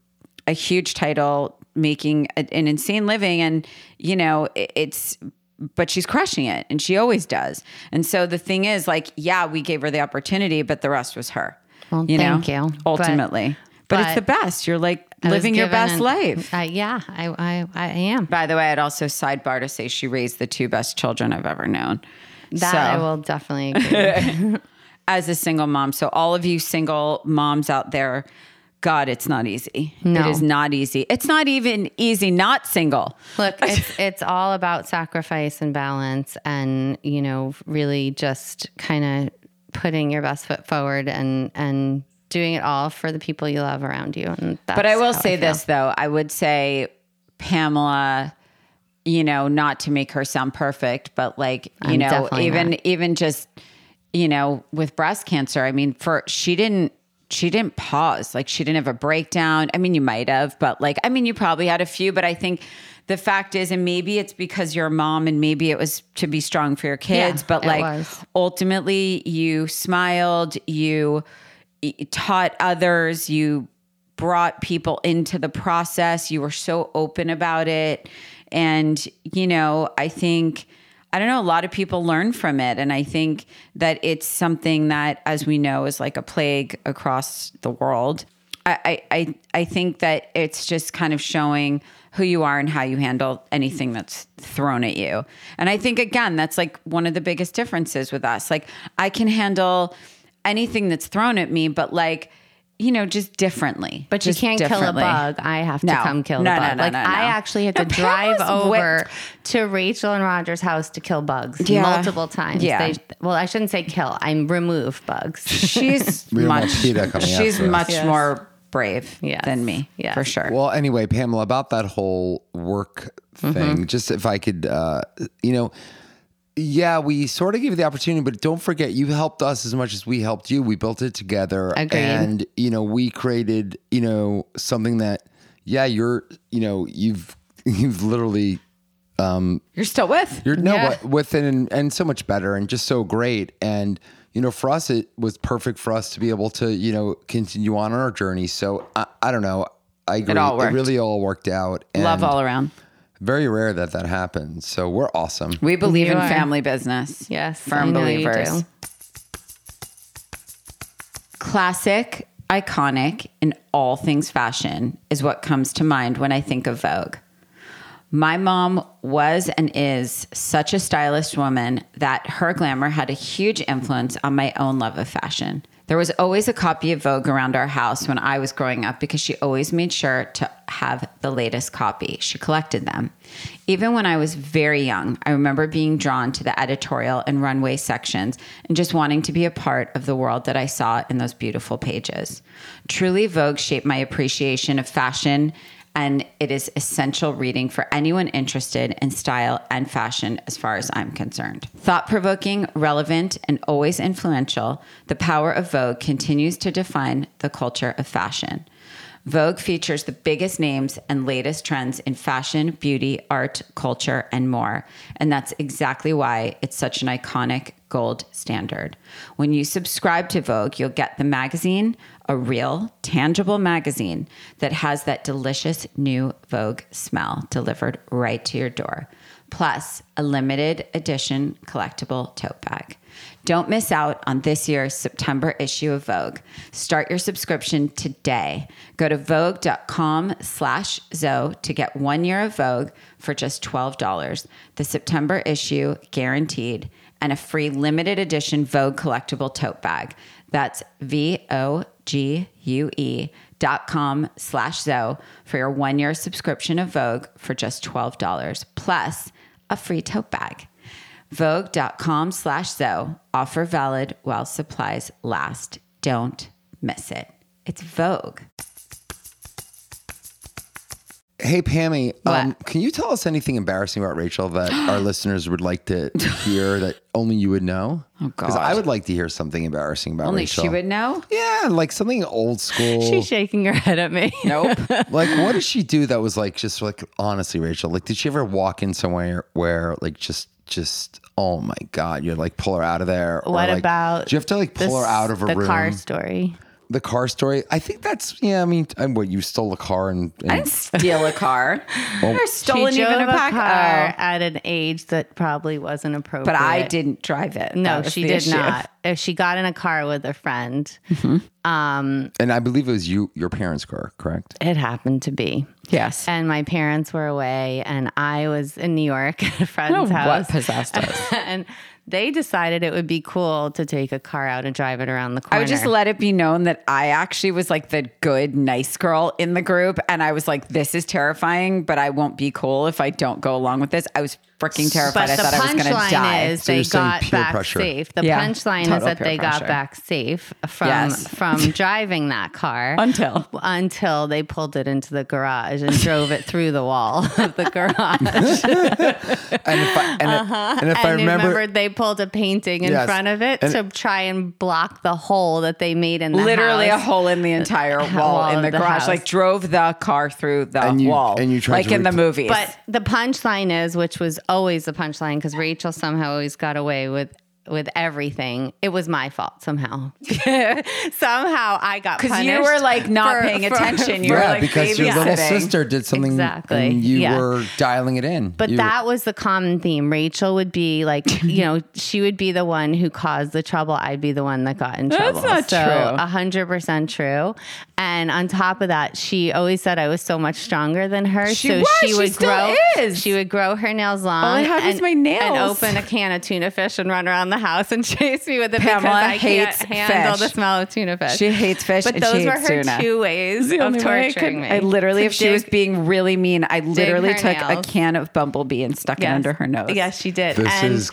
A: a huge title, making a, an insane living. And, you know, it, it's, but she's crushing it and she always does. And so the thing is, like, yeah, we gave her the opportunity, but the rest was her.
C: Well, thank you. But-
A: Ultimately ultimately. But, it's
C: But
A: the best. You're like
C: I was
A: living your
C: given
A: best
C: an-
A: life.
C: uh, yeah I, I i am
A: By the way, I'd also sidebar to say she raised the two best children I've ever known.
C: that
A: So-
C: i will definitely agree
A: as a single mom. So all of you single moms out there, God, it's not easy.
C: No.
A: It is not easy. It's not even easy not single.
C: Look, it's it's all about sacrifice and balance, and you know, really just kind of putting your best foot forward and and doing it all for the people you love around you. And that's
A: But I will
C: how
A: say
C: feel.
A: this though. I would say Pamela, you know, not to make her sound perfect, but like, you
C: I'm
A: know,
C: definitely
A: even even just, you know, with breast cancer, I mean, for she didn't she didn't pause. Like she didn't have a breakdown. I mean, you might have, but like I mean, you probably had a few, but I think the fact is, and maybe it's because you're a mom and maybe it was to be strong for your kids, but
C: it
A: like
C: was.
A: ultimately you smiled, you y- taught others, you brought people into the process. You were so open about it. And, you know, I think, I don't know, a lot of people learn from it. And I think that it's something that, as we know, is like a plague across the world. I, I, I- I think that it's just kind of showing who you are and how you handle anything that's thrown at you. And I think, again, that's like one of the biggest differences with us. Like, I can handle anything that's thrown at me, but like, you know, just differently.
C: But you
A: Just
C: can't kill a
A: differently.
C: bug. I have to
A: No.
C: come kill
A: No,
C: the
A: no,
C: bug.
A: no,
C: like
A: no, no.
C: I actually had to
A: And
C: drive
A: Pamela's
C: over to Rachel and Roger's house to kill bugs
A: Yeah.
C: multiple times.
A: Yeah.
C: They, well, I shouldn't say kill. I remove bugs.
A: She's
B: We don't want
A: much.
B: PETA coming
A: She's
B: after us.
A: much
C: Yes.
A: more brave
C: Yes.
A: than me,
C: Yes.
A: for sure.
B: Well, anyway, Pamela, about that whole work
C: Mm-hmm.
B: thing, just if I could, uh, you know, yeah, we sort of gave you the opportunity, but don't forget, you helped us as much as we helped you. We built it together.
C: Agreed.
B: And, you know, we created, you know, something that, yeah, you're, you know, you've, you've literally
A: You're still with.
B: You're no
C: Yeah.
B: but with it and, and so much better and just so great. And you know, for us, it was perfect for us to be able to you know continue on our journey. So I, I don't know. I agree.
A: all worked.
B: really all worked out. And
A: Love all around.
B: Very rare that that happens. So we're awesome.
A: We believe
C: You
A: in
C: are.
A: family business.
C: Yes,
A: Firm
C: I know you
A: believers.
C: do.
A: Classic, iconic in all things fashion is what comes to mind when I think of Vogue. My mom was and is such a stylist woman that her glamour had a huge influence on my own love of fashion. There was always a copy of Vogue around our house when I was growing up because she always made sure to have the latest copy. She collected them. Even when I was very young, I remember being drawn to the editorial and runway sections and just wanting to be a part of the world that I saw in those beautiful pages. Truly, Vogue shaped my appreciation of fashion and it is essential reading for anyone interested in style and fashion as far as I'm concerned. Thought provoking, relevant, and always influential, the power of Vogue continues to define the culture of fashion. Vogue features the biggest names and latest trends in fashion, beauty, art, culture, and more. And that's exactly why it's such an iconic gold standard. When you subscribe to Vogue, you'll get the magazine, a real, tangible magazine that has that delicious new Vogue smell delivered right to your door, plus a limited edition collectible tote bag. Don't miss out on this year's September issue of Vogue. Start your subscription today. Go to vogue.com slash Zoe to get one year of Vogue for just $12. The September issue guaranteed and a free limited edition Vogue collectible tote bag. That's V-O-G-U-E E dot com slash Zoe for your one year subscription of Vogue for just $12 plus a free tote bag. Vogue.com slash Zoe. Offer valid while supplies last. Don't miss it. It's Vogue.
B: Hey, Pammy, um,
A: What?
B: can you tell us anything embarrassing about Rachel that our listeners would like to hear that only you would know?
A: Oh,
B: Because I
A: God.
B: would like to hear something embarrassing about
A: Only
B: Rachel.
A: she would know.
B: Yeah, like something old school.
C: She's shaking her head at me.
A: Nope.
B: like, what did she do that was like, just like, honestly, Rachel, like, did she ever walk in somewhere where, like, just, just, oh my God, you like pull her out of there? Or,
C: What
B: like,
C: about
B: Do you have to like pull her
C: This-
B: out of a
C: the
B: room?
C: car story.
B: The car story. I think that's, yeah, I mean, and what, you stole a car and, and
A: I didn't steal a car. I never stolen
C: she
A: even a
C: drove
A: pack.
C: car
A: Oh,
C: at an age that probably wasn't appropriate.
A: but I didn't drive it.
C: No,
A: That was
C: she
A: the
C: did
A: issue.
C: not. If she got in a car with a friend, um,
B: and I believe it was you, your parents' car, correct?
C: it happened to be.
A: Yes.
C: And my parents were away, and I was in New York at a
A: I don't
C: friend's
A: know
C: house.
A: what possessed us.
C: and they decided it would be cool to take a car out and drive it around the corner.
A: I would just let it be known that I actually was like the good, nice girl in the group. And I was like, this is terrifying, but I won't be cool if I don't go along with this. I was freaking terrified.
C: but
A: I
C: the
A: thought I was going to die.
C: punchline is
B: So
C: they
B: you're saying
C: got
B: peer
C: back
B: pressure.
C: safe. The
A: Yeah.
C: punchline is
A: Total
C: that
A: peer
C: they
A: pressure.
C: got back safe from
A: Yes.
C: from driving that car
A: Until.
C: until they pulled it into the garage and drove it through the wall of the garage.
B: And if I, and, if, and if I
C: Uh-huh. and
B: remember,
C: remembered they pulled a painting in
B: Yes.
C: front of it
B: And-
C: to try and block the hole that they made in the
A: Literally
C: house. Uh,
A: a hole in the entire wall,
C: wall
A: in
C: of
A: the,
C: the
A: garage.
C: house.
A: Like drove the car through the
B: And you-
A: wall.
B: and you tried
A: like
B: to
A: in the
B: repl-
A: movies.
C: But the punchline is, which was always the punchline, because Rachel somehow always got away with with everything. It was my fault somehow. somehow I got
A: because
C: because
A: you were like not paying attention, you were
B: yeah,
A: like
B: because your little
A: babysitting.
B: sister did something
C: Exactly,
B: and you
C: yeah.
B: were dialing it in.
C: But
B: You-
C: that was the common theme. Rachel would be like, you know, she would be the one who caused the trouble. I'd be the one that got in trouble.
A: not
C: so,
A: true.
C: 100% true. And on top of that, she always said I was so much stronger than her.
A: She
C: so
A: was.
C: she
A: She
C: would
A: still
C: grow
A: is.
C: she would grow her nails long
A: I have is
C: and,
A: my nails.
C: and open a can of tuna fish and run around the house and chase me with it
A: Pamela
C: because I
A: hates
C: can't handle
A: fish.
C: the smell of tuna fish.
A: She hates fish
C: But
A: and
C: those
A: she
C: were
A: hates
C: her
A: tuna.
C: two ways
A: the
C: of
A: only way I could-
C: torturing me.
A: I literally,
C: To
A: if she was
C: dig-
A: being really mean, I literally
C: her
A: took
C: nails.
A: a can of bumblebee and stuck it
C: Yes.
A: under her nose.
C: Yes, she did.
B: This is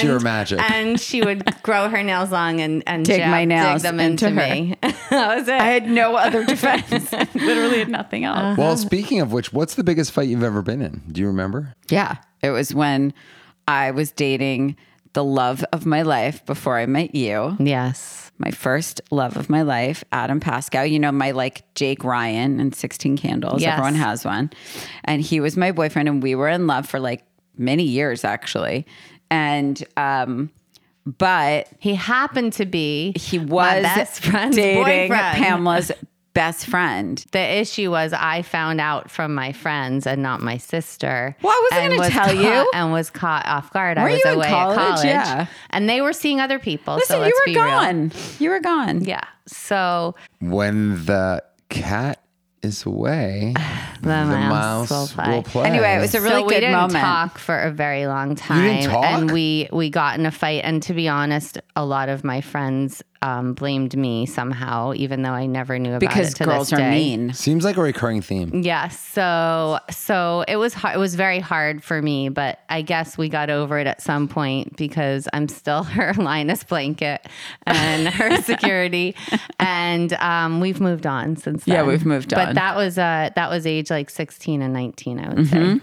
B: pure magic.
C: And she would grow her nails long and, and
A: Dig
C: jab-
A: my nails
C: dig them
A: into
C: into,
A: her.
C: me. that was it.
A: I had no other defense. Literally had nothing else.
C: um,
B: well, speaking of which, what's the biggest fight you've ever been in? Do you remember?
A: Yeah. It was when I was dating the love of my life before I met you.
C: yes.
A: My first love of my life, Adam Pascal. You know, my like Jake Ryan and 16 Candles.
C: Yes.
A: Everyone has one. And he was my boyfriend, and we were in love for like many years actually, and um, but
C: He happened to be
A: he
C: my
A: was
C: best friend's
A: dating
C: boyfriend.
A: Pamela's best friend.
C: The issue was I found out from my friends and not my sister.
A: Well, I wasn't
C: and
A: gonna tell
C: caught-
A: you.
C: And was caught off guard.
A: Were
C: I was
A: you in
C: away
A: college?
C: at college.
A: Yeah.
C: And they were seeing other people. so
A: Listen,
C: let's
A: you were
C: be real.
A: gone. You were gone.
C: Yeah. So
B: When the cat is away,
C: the,
B: the mouse
C: mouse, will play.
B: will play.
A: Anyway, it was a really
C: so
A: good
C: we didn't
A: moment.
C: talk for a very long time.
B: didn't talk?
C: And we we got in a fight. And to be honest, a lot of my friends um, blamed me somehow, even though I never knew about
A: because
C: it to
A: girls are
C: this day.
A: mean.
B: Seems like a recurring theme.
C: Yes. So so it was hard, it was very hard for me, but I guess we got over it at some point because I'm still her Linus blanket and her security, and um, we've moved on since. Then.
A: Yeah, we've moved on.
C: But that was uh that was age like 16 and 19, I would
A: Mm-hmm.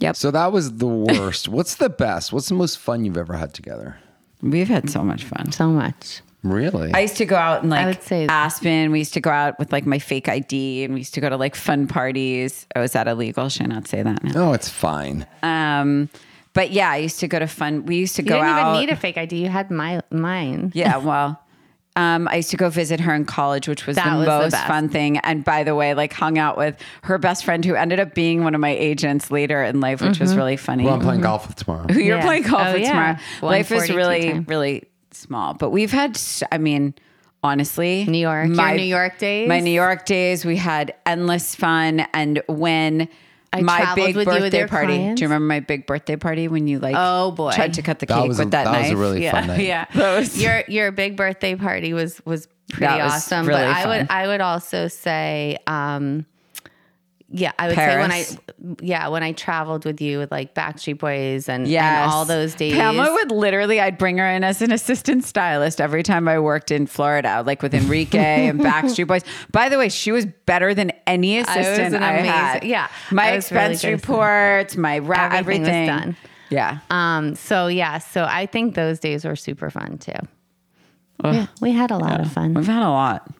C: say.
B: So that was the worst. What's the best? What's the most fun you've ever had together?
A: We've had so much fun.
C: So much.
B: Really?
A: I used to go out and like
C: would say-
A: Aspen. We used to go out with like my fake ID and we used to go to like fun parties. Oh, is that illegal? Should I not say that now?
B: oh, it's fine.
A: Um, but yeah, I used to go to fun. We used to
C: You
A: go
C: didn't
A: out.
C: even need a fake ID. You had my mine.
A: yeah, well, um, I used to go visit her in college, which was
C: That
A: the
C: was the
A: most
C: best.
A: fun thing. And by the way, like hung out with her best friend who ended up being one of my agents later in life, which
C: Mm-hmm.
A: was really funny.
B: Well, I'm playing golf with tomorrow.
A: Mm-hmm. Who you're
C: Yeah.
A: playing golf
C: Oh,
A: with
C: yeah.
A: tomorrow. Life is
C: 142
A: really,
C: time.
A: really small. But we've had, s- I mean, honestly,
C: New York. Your New York days?
A: My New York days, we had endless fun. And when
C: I
A: my
C: traveled
A: big
C: with you with
A: birthday
C: your
A: party,
C: clients?
A: do you remember my big birthday party when you like,
C: Oh, boy.
A: tried to cut the
B: That
A: cake
B: was
A: with
B: a,
A: that,
B: that was
A: knife?
B: a really
C: yeah,
B: fun night.
C: Yeah.
A: That was-
C: your your big birthday party was was pretty
A: That was
C: awesome.
A: really
C: but I
A: fun.
C: would I would also say um yeah, I would
A: Paris.
C: say when I yeah, when I traveled with you with like Backstreet Boys and,
A: Yes.
C: and all those days.
A: Pamela would literally, I'd bring her in as an assistant stylist every time I worked in Florida, like with Enrique and Backstreet Boys. By the way, she was better than any
C: was
A: assistant I,
C: an amazing-
A: had.
C: yeah,
A: My
C: I was really
A: expense
C: good assistant.
A: reports, my ra-
C: Everything
A: everything.
C: was done.
A: Yeah.
C: um so yeah, so I think those days were super fun too. Yeah, we had a lot of fun.
A: We've had a lot.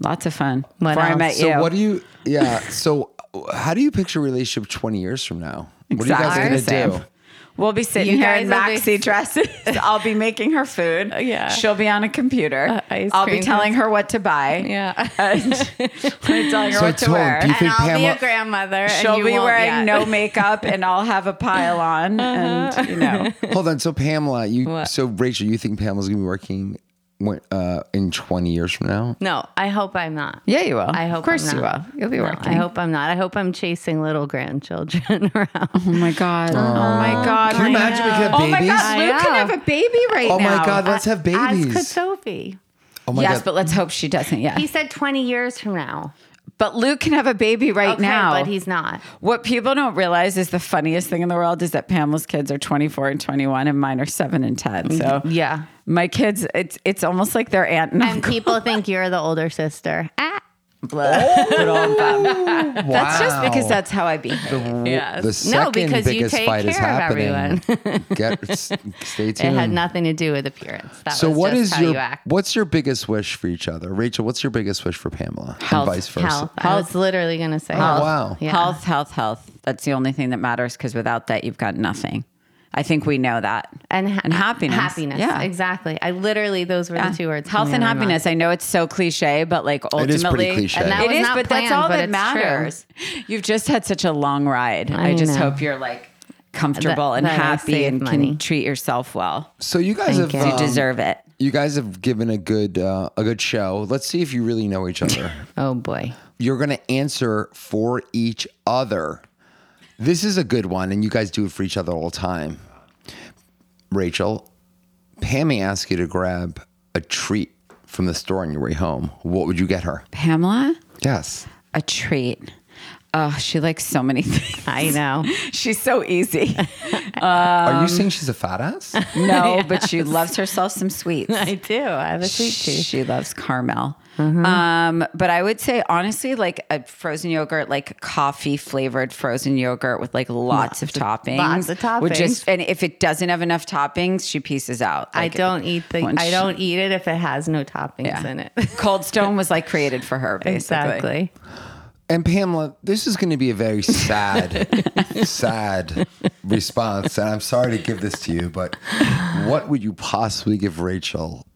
A: Lots of fun.
C: What
A: Before I
C: else?
A: met
B: So
A: you.
B: what do you? Yeah. So how do you picture a relationship 20 years from now? What are you guys
A: Exactly.
B: gonna do?
A: We'll be sitting
C: You
A: here in
C: guys will
A: maxi
C: be-
A: dresses. I'll be making her food.
C: yeah. Uh,
A: She'll be on a computer.
C: ice
A: I'll be
C: cream
A: telling her what to buy.
C: Yeah.
A: And we're telling her
B: So
A: what to
B: Tom,
A: wear.
B: do you
C: And
B: think
C: I'll be
B: Pamela-
C: a grandmother.
A: She'll
C: and you
A: be
C: won't
A: wearing
C: yet.
A: no makeup and I'll have a pile on and you know.
B: Hold on. So Pamela, you.
C: What?
B: So Rachel, you think Pamela's gonna be working when, uh, in 20 years from now?
C: No, I hope I'm not.
A: Yeah, you will.
C: I hope
A: Of course
C: I'm
A: you will.
C: not.
A: You'll be
C: No,
A: working.
C: I hope I'm not. I hope I'm chasing little grandchildren around.
A: Oh my god. Oh, my god.
B: Can you imagine we could have
A: Oh my
B: babies?
A: god, Luke can
C: I
A: have
C: know.
A: a baby right
B: Oh
A: now.
B: my god, let's have
C: As could
B: babies.
C: Sophie.
B: Oh my
A: yes,
B: god.
A: but let's hope she doesn't. Yeah.
C: He said 20 years from now.
A: But Luke can have a baby right
C: Okay,
A: now.
C: but he's not.
A: What people don't realize is the funniest thing in the world is that Pamela's kids are 24 and 21 and mine are 7 and 10. So
C: Yeah.
A: My kids it's it's almost like their aunt and,
C: And
A: uncle.
C: people think you're the older sister. Ah.
B: wow.
A: That's just because that's how I behave.
C: Yes.
B: The
C: No,
B: second
C: because you
B: biggest
C: take
B: fight is
C: care of
B: happening. Get, s- stay
C: It
B: tuned.
A: Mm.
C: had nothing to do with appearance. That
B: so
C: was
B: what
C: just
B: is
C: how
B: your
C: you act.
B: what's your biggest wish for each other, Rachel? What's your biggest wish for Pamela,
A: Health.
B: and vice versa?
C: Health. I was literally going to say health.
B: wow.
C: Yeah.
A: Oh, Health, health, health. That's the only thing that matters because without that you've got nothing. I think we know that.
C: And, ha-
A: and happiness.
C: Happiness.
A: Yeah.
C: exactly. I literally, those were the two words.
A: Health
C: coming
A: and
C: out of my mouth.
A: happiness. I know it's so cliche, but like
B: It
A: ultimately,
B: is pretty cliche.
C: And that
A: It
C: was
A: is,
C: not
A: but that's
C: planned,
A: all
C: but
A: that
C: it's
A: matters. You've just had such a long ride. I,
C: I
A: just
C: know.
A: hope you're like comfortable
C: That-
A: and
C: that I
A: happy
C: save
A: and
C: money.
A: can treat yourself well.
B: So you guys have
C: you. You
B: um,
A: you deserve it.
B: You guys have given a good uh, a good show. Let's see if you really know each other.
C: Oh, boy.
B: You're going to answer for each other. This is a good one, and you guys do it for each other all the time. Rachel, Pammy asked you to grab a treat from the store on your way home. What would you get her?
A: Pamela,
B: Yes.
A: a treat. Oh, she likes so many things.
C: I know.
A: She's so easy.
B: Are you saying she's a fat ass?
A: No, but she loves herself some sweets.
C: I do. I have a sweet tooth.
A: She loves caramel. Um, but I would say honestly, like a frozen yogurt, like coffee flavored frozen yogurt with like lots, of toppings.
C: lots of
A: Would just and if it doesn't have enough toppings, she pieces out.
C: I
A: Like,
C: don't eat the.
A: once
C: I
A: she-
C: don't eat it if it has no toppings
A: yeah.
C: in it.
A: Cold Stone was like created for her, basically.
C: exactly.
B: And Pamela, this is going to be a very sad, sad response. And I'm sorry to give this to you, but what would you possibly give Rachel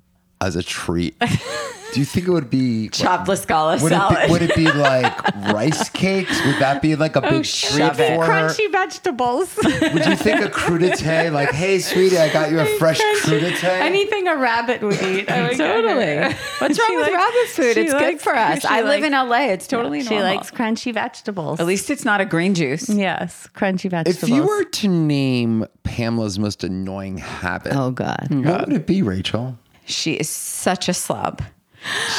B: as a treat? Do you think it would be
A: Chopless scallop
B: Would it,
A: salad. Oh,
B: be, would it be like rice cakes? Would that be like a big treat
A: shove it.
B: for her?
D: Crunchy vegetables.
B: Would you think a crudite like, "Hey, sweetie, I got you a fresh crudite"?
D: Anything a rabbit would eat.
C: Oh
D: I would get her.
A: Totally. What's wrong
D: She
A: with
D: likes-
A: rabbit food?
D: she
A: It's good
D: likes-
A: for us.
D: she
A: I live
D: likes-
A: in LA. It's totally
C: She
A: normal.
C: likes crunchy vegetables.
A: At least it's not a green juice.
C: Yes, crunchy
B: if
C: vegetables.
B: you were to name Pamela's most annoying habit,
C: Oh God.
B: what would it be, Rachel?
A: She is such a slob.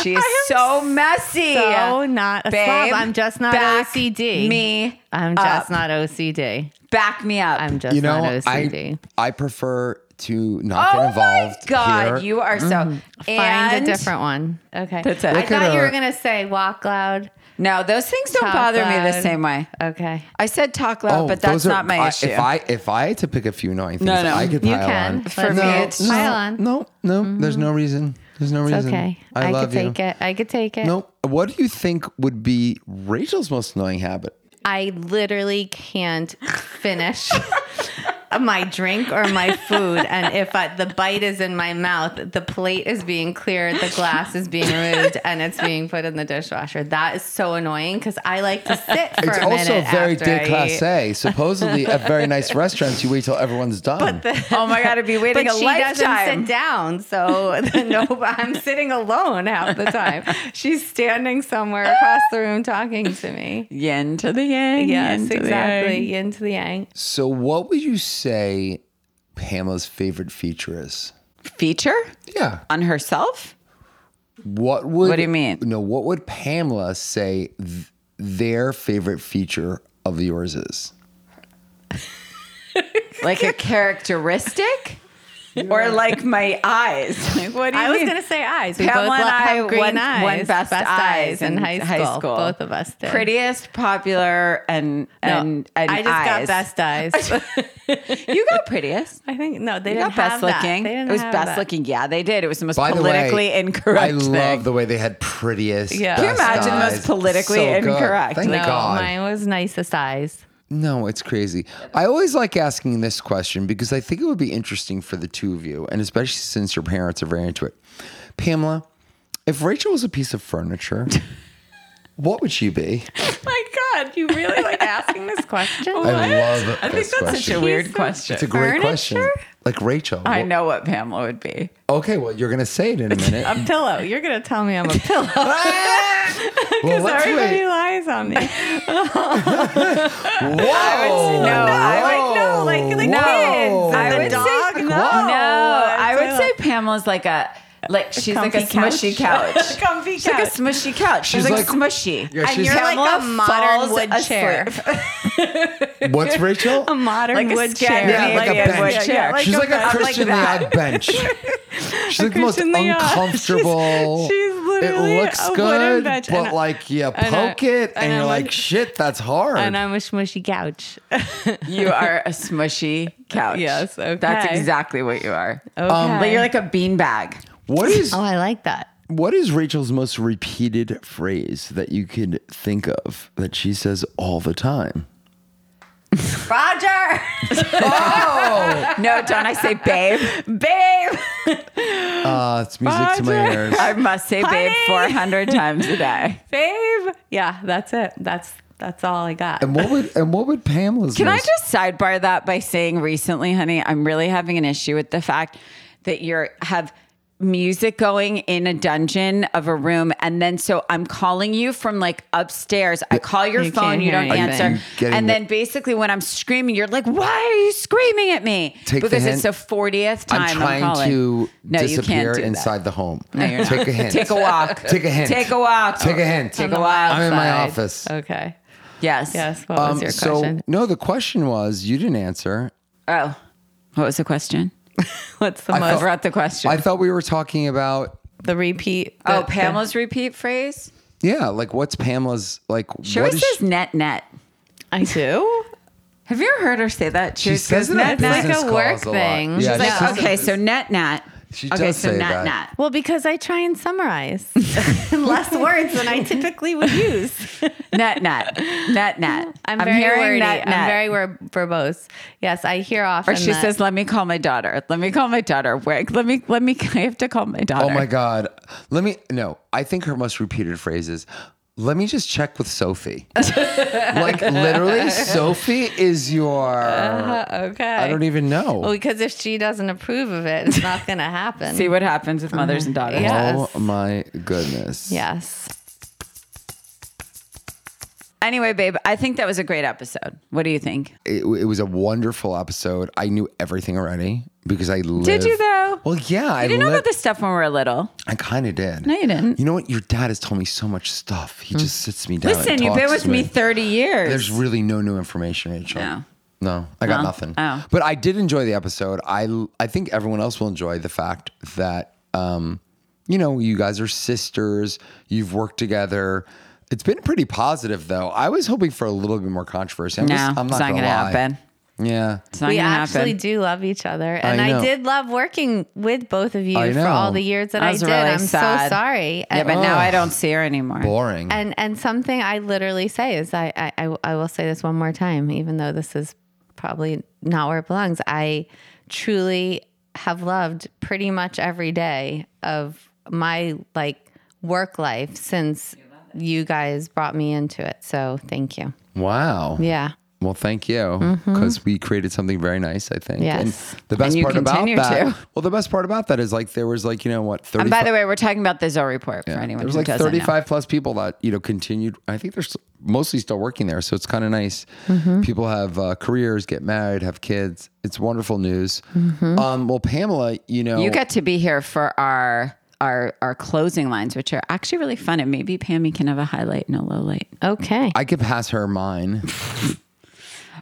A: She is
C: I
A: so messy.
C: So not a
A: Babe,
C: slob. I'm just not
A: back
C: OCD.
A: Me.
C: I'm just
A: up.
C: not OCD.
A: Back me up.
C: I'm just
B: you know,
C: not OCD.
B: I I prefer to not
A: oh
B: get involved.
A: my God.
B: here.
A: You are so.
C: Mm. Find
A: and-
C: a different one. Okay.
A: That's it.
C: I
A: Look
B: at
C: thought you
B: her.
C: were gonna say walk loud.
A: No, those things don't
C: Talk
A: bother me the
C: loud. Oh,
A: same way.
C: Okay.
A: I said talk loud, but that's
B: Oh, those are-
A: not my
B: I-
A: issue.
B: If I if I had to pick a few annoying things,
A: No, no.
B: I could
C: You
B: pile
C: can.
B: on.
A: For
C: Let's
A: me,
C: do it.
A: it's Mm-hmm. just-
C: pile on.
B: No, no, there's no reason. There's no
C: It's
B: reason.
C: okay.
B: I, love
C: could
B: you.
C: take it. I could take
A: Eh.
C: it.
B: No, what do you think would be Rachel's most annoying habit?
C: I literally can't finish my drink or my food. And if I, the bite is in my mouth, the plate is being cleared, the glass is being removed, and it's being put in the dishwasher. That is so annoying because I like to sit for
B: It's
C: a
B: also
C: minute
B: very
C: after I eat.
B: déclassé. Supposedly, at very nice restaurants, you wait till everyone's done.
A: oh my God, I'd be waiting
C: But
A: a
C: she doesn't
A: lifetime.
C: sit down, so no, I'm sitting alone half the time. She's standing somewhere across the room talking to me.
A: Yin to the yang.
C: Yes,
A: yin to the
C: exactly.
A: yang.
C: Yin to the yang.
B: so, what would you say Pamela's favorite feature is?
A: Feature
B: Yeah.
A: on herself?
B: What would
A: What do you mean?
B: No, what would Pamela say th- their favorite feature of yours is?
A: Like a characteristic? Or like my eyes? Like, what do you
C: I was
A: mean?
C: going to say eyes. We
A: Pamela
C: both
A: and
C: lo-
A: I
C: have green
A: won-
C: eyes.
A: won best eyes
C: in
A: in
C: high school.
A: high school.
C: Both of us did.
A: prettiest, popular, and
C: No,
A: and, and
C: I just
A: eyes.
C: got best eyes.
A: You got prettiest.
C: I think no, they
A: You got
C: didn't
A: best
C: have that.
A: looking.
C: They didn't
A: It was
C: have
A: best
C: that.
A: looking. Yeah, they did. It was the most
B: By the way,
A: politically incorrect.
B: I
A: thing.
B: love the way they had prettiest.
C: Yeah.
B: best
C: Can you
A: imagine the most
B: eyes.
A: politically
B: good.
A: incorrect?
B: Thank
C: No,
B: God.
C: mine was nicest eyes.
B: No, it's crazy. I always like asking this question because I think it would be interesting for the two of you, and especially since your parents are very into it. Pamela, if Rachel was a piece of furniture, what would she be?
D: My God, you really like asking this question?
B: I love
A: I think that's
B: this
A: such a
B: question.
A: weird question.
B: it's a great
D: furniture?
B: question. Like Rachel.
A: I
B: wh-
A: know what Pamela would be.
B: Okay, well, you're going to say it in a minute.
C: A pillow. You're gonna tell me I'm a pillow.
B: well, let's
D: Everybody
B: wait.
D: lies on me.
B: Whoa.
A: no, I
D: would- no, like- like
B: Whoa.
D: kids.
A: I
D: The
A: would
D: dog?
A: say
D: No.
A: no. I would
D: Too.
A: say Pamela's like a like she's like a
D: comfy couch.
A: smushy couch.
D: Comfy
A: She's like a
D: couch.
A: smushy couch. She's,
B: She's
A: like,
B: like-
A: smushy.
B: Yeah, she's-
C: You're like
A: Pamela
C: a modern
A: falls
C: wood chair.
A: asleep.
B: What's Rachel?
D: A modern
A: Like a
D: wood chair.
A: Scandinavian
B: Yeah, like a bench.
A: wood chair.
D: like
B: She's like a
D: I'm like
B: Christian
A: that.
B: Leog bench. She's like the most
D: Christian Leog.
B: uncomfortable.
D: She's- she's literally
B: it looks
D: a wooden
B: good,
D: bench,
B: but
D: and I-
B: like you
C: and I-
B: poke it, and,
C: and
B: you're
C: I'm
B: like,
C: like-
B: shit, that's hard.
C: And I'm a smushy couch.
A: You are a smushy couch.
C: Yes, okay.
A: That's exactly what you are.
C: Um,
A: Like you're like a beanbag.
B: what is
C: Oh, I like that.
B: what is Rachel's most repeated phrase that you could think of that she says all the time?
A: Roger. oh no! Don't I say babe? Babe.
B: Uh, it's music to my ears.
A: I must say babe
C: Honey.
A: 400 times a day.
C: Babe. Yeah, that's it. That's that's all I got.
B: And what would and what would Pamela's?
A: Can I
B: most-
A: just sidebar that by saying recently, honey, I'm really having an issue with the fact that you have music going in a dungeon of a room and then so I'm calling you from like upstairs. I call your
C: You
A: phone,
C: can't
A: you
C: hear
A: don't
C: anything. Are
A: answer.
B: you getting
A: And
B: the-
A: then basically when I'm screaming, you're like, "Why are you screaming at me?"
B: Take the
A: because
B: hint.
A: it's the 40th time
B: I'm
A: I'm,
B: trying
A: calling.
B: to
A: no, you
B: disappear
A: can't do
B: inside
A: that.
B: the home.
A: you're not.
B: Take a hint.
A: Take a walk.
B: Take a hint.
A: Take a walk.
B: Take a hint.
A: Take a walk.
B: I'm in my
C: Side.
B: office.
C: Okay.
A: yes.
C: Yes. What
A: Um,
C: was your question?
B: Um, So no, the question was you didn't answer.
A: Oh. What was the question?
C: What's the
A: I
C: most
A: forgot the question.
B: I thought we were talking about
C: the repeat? the-
A: Oh,
C: the-
A: Pamela's repeat phrase?
B: yeah, like what's Pamela's like?
A: She
B: what
A: always
B: is
A: says net net.
C: I do.
A: Have you ever heard her say that?
B: she, she says it on
C: net- like a
B: business calls
C: work
B: a lot.
C: thing.
B: Yeah,
C: She's
B: she
C: like,
B: says it-
A: okay, so net net.
B: She
A: okay,
B: does
A: so
B: say
A: net
B: that.
A: net.
C: Well, because I try and summarize less words than I typically would use.
A: Nut, nut, nut, nut.
C: I'm, very wordy.
A: nut, nut.
C: I'm very ver- verbose. Yes, I hear often.
A: Or she
C: that-
A: says, "Let me call my daughter. Let me call my daughter. Wait, let me, let me. I have to call my daughter."
B: Oh my God. Let me, no, I think her most repeated phrase is, let me just check with Sophie. like literally, Sophie is your,
C: "Okay."
B: I don't even know.
C: Well, because if she doesn't approve of it, it's not going to happen.
A: See what happens with mothers and daughters.
C: Uh-huh. Yeah.
B: Oh my goodness.
C: yes.
A: Anyway, babe, I think that was a great episode. What do you think?
B: It, it was a wonderful episode. I knew everything already because I lived.
A: Did you though?
B: Well, yeah. I
A: you didn't know
B: li-
A: about this stuff when we were little.
B: I kind of did.
A: No, you didn't.
B: You know what? Your dad has told me so much stuff. He just sits me down. and
A: Listen, you've been
B: talks
A: with
B: to
A: me 30 years.
B: There's really no new information, Rachel.
A: No.
B: No, I got
A: No?
B: nothing.
A: Oh.
B: But I did enjoy the episode. I I think everyone else will enjoy the fact that um, you know, you guys are sisters, you've worked together. It's been pretty positive though. I was hoping for a little bit more controversy. I'm,
A: no,
B: just, I'm
A: it's not
B: not, gonna,
A: going to
B: lie.
A: happen.
B: Yeah.
A: It's not
C: we
A: going to
C: actually
A: happen.
C: do love each other, and
B: I
C: I,
B: know.
C: did love working with both of you
B: I
C: for
B: know.
C: all the years that
A: I
C: I,
A: was
C: did.
A: really
C: I'm
A: sad.
C: so sorry.
A: Yeah,
C: And-
A: but now
B: Ugh.
A: I don't see her anymore.
B: Boring.
C: and and something I literally say is I, I I I will say this one more time, even though this is probably not where it belongs. I truly have loved pretty much every day of my like work life since you guys brought me into it. So thank you.
B: wow.
C: Yeah.
B: Well, thank you because we created something very nice, I think.
C: Yes.
B: And the
A: Mm-hmm. And
B: best
A: you
B: part about
A: continue
B: that,
A: to.
B: well, the best part about that is like there was like you know what thirty.
A: And by the way, we're talking about the Zoe report for anyone
B: there was
A: who
B: like
A: doesn't know.
B: 35 plus people that you know continued. I think they're s- mostly still working there, so it's kind of nice.
A: Mm-hmm.
B: People have uh, careers, get married, have kids. It's wonderful news. Um, well, Pamela, you know,
A: Mm-hmm. You get to be here for our our our closing lines, which are actually really fun. And maybe Pammy can have a highlight and a low light.
C: Okay.
B: I could pass her mine.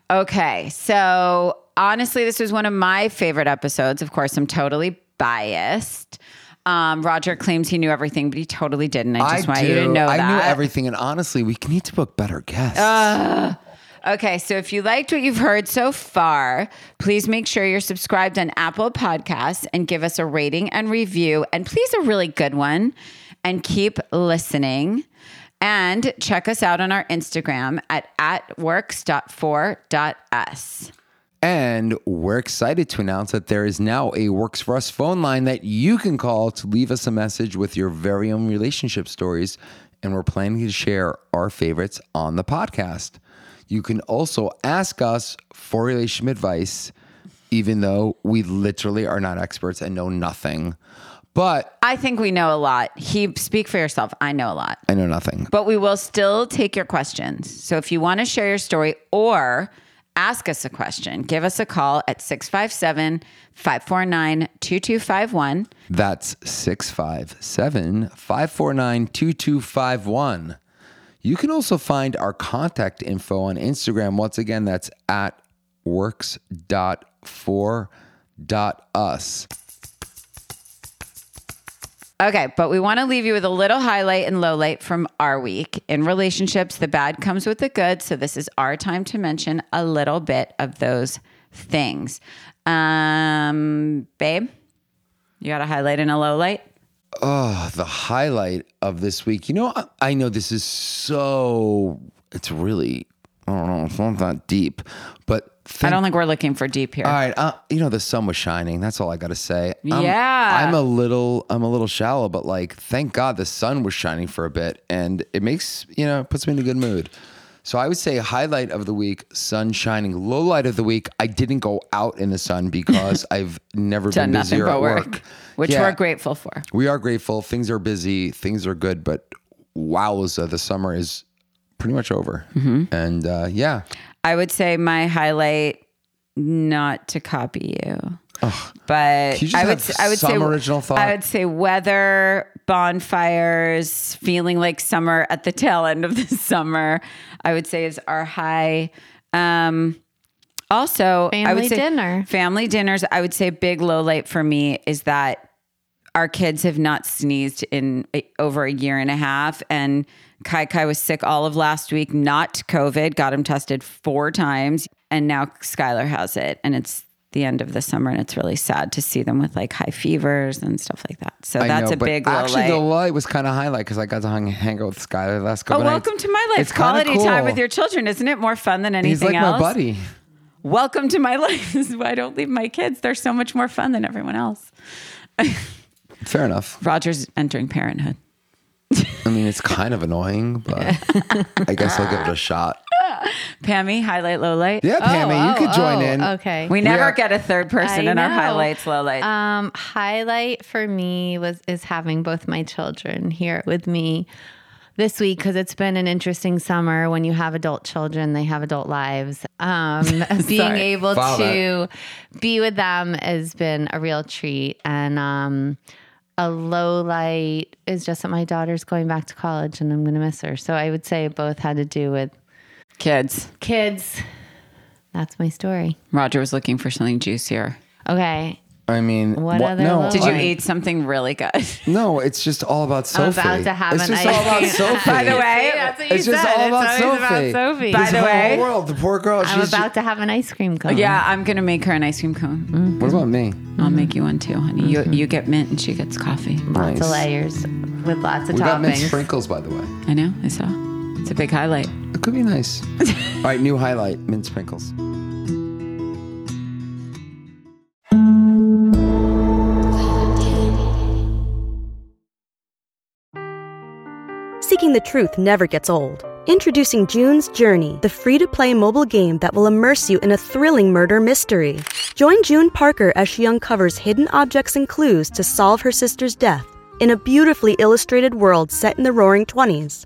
A: Okay. So honestly, this was one of my favorite episodes. Of course, I'm totally biased. Um, Roger claims he knew everything, but he totally didn't. I just
B: I
A: want
B: do.
A: you to know
B: I
A: that. Uh,
B: knew everything, and honestly, we need to book better guests.
A: Okay, so if you liked what you've heard so far, please make sure you're subscribed on Apple Podcasts and give us a rating and review, and please a really good one. And keep listening. And check us out on our Instagram at, at works.4.us.
B: And we're excited to announce that there is now a Works for Us phone line that you can call to leave us a message with your very own relationship stories. And we're planning to share our favorites on the podcast. You can also ask us for relationship advice, even though we literally are not experts and know nothing. But
A: I think we know a lot. He speak for yourself. I know a lot.
B: I know nothing.
A: But we will still take your questions. So if you want to share your story or ask us a question, give us a call at 657 549 2251.
B: That's 657 549 2251. You can also find our contact info on Instagram. Once again, that's at works.4.us.
A: Okay, but we want to leave you with a little highlight and low light from our week. In relationships, the bad comes with the good. So this is our time to mention a little bit of those things. Um, babe, you got a highlight and a low light?
B: Oh, the highlight of this week. You know, I, I know this is so, it's really, I don't know, it's not that deep, but
A: I
B: thank
A: don't think we're looking for deep here.
B: All right, uh, you know the sun was shining. That's all I gotta say. I'm-
A: Yeah.
B: I'm a little, I'm a little shallow, but like, thank God the sun was shining for a bit, and it makes you know it puts me in a good mood. So I would say highlight of the week, sun shining. Low light of the week, I didn't go out in the sun because I've never
A: Done
B: been
A: nothing
B: busier
A: but
B: at
A: work,
B: work,
A: which
B: Yeah.
A: we're grateful for.
B: We are grateful. Things are busy. Things are good, but wowza, the summer is pretty much over.
A: Mm-hmm.
B: And uh, yeah,
A: I would say my highlight, not to copy you, but
B: Can you just
A: I would
B: have
A: s- I would say
B: some original thought?
A: I would say weather, bonfires, feeling like summer at the tail end of the summer. I would say is our high. Um, also, I would
C: Family
A: say
C: dinner.
A: Family dinners. I would say big low light for me is that our kids have not sneezed in a, over a year and a half and kai kai was sick all of last week not covid got him tested four times and now skylar has it and it's the end of the summer, and it's really sad to see them with like high fevers and stuff like that. So
B: I
A: that's
B: know,
A: a
B: but
A: big low
B: Actually, the
A: light.
B: light was kind of highlight because I got to hang, hang out with Skylar last
A: Oh,
B: couple nights.
A: welcome to my life.
B: It's kinda
A: Quality time
B: cool.
A: with your children. Isn't it more fun than anything
B: He's like
A: else?
B: my buddy.
A: Welcome to my life. This is why I don't leave my kids. They're so much more fun than everyone else.
B: Fair enough.
A: Roger's entering parenthood.
B: I mean, it's kind of annoying, but I guess I'll give it a shot.
A: Pammy, highlight, low light.
B: Yeah, Pammy,
C: oh,
B: you could join
C: oh,
B: in.
C: okay.
A: We never
B: are-
A: get a third person
C: I
A: in our
C: know.
A: highlights, low light.
C: Um, highlight for me was is having both my children here with me this week because it's been an interesting summer. When you have adult children, they have adult lives. Um, being
A: Sorry.
C: able
B: Follow
C: to be with them has been a real treat, and um, a low light is just that my daughter's going back to college, and I'm going to miss her. So I would say both had to do with
A: Kids.
C: kids. That's my story.
A: Roger was looking for something juicier.
C: Okay.
B: I mean,
C: What other
B: no,
C: little-
A: Did you
B: I-
A: eat something really good?
B: No, it's just all about Sophie.
C: about to have
B: it's
C: an
B: just
C: ice
B: all about
C: cream.
B: Sophie.
A: By the way,
C: what
B: it's just all about Sophie.
C: Sophie.
A: By
B: This
A: the
B: whole
A: way-
B: world, the poor girl.
C: I'm
B: she's ju-
C: about to have an ice cream cone.
A: yeah, I'm gonna make her an ice cream cone.
B: what about me?
A: I'll
C: Mm-hmm.
A: make you one too, honey. You you get mint and she gets coffee.
B: Nice.
C: Lots of layers with lots of
B: We got mint
C: toppings.
B: sprinkles, by the way.
A: I know. I saw. It's a big highlight.
B: It could be nice. all right, new highlight: mint sprinkles.
E: Seeking the truth never gets old. Introducing June's Journey, the free to play mobile game that will immerse you in a thrilling murder mystery. Join June Parker as she uncovers hidden objects and clues to solve her sister's death in a beautifully illustrated world set in the roaring 20s.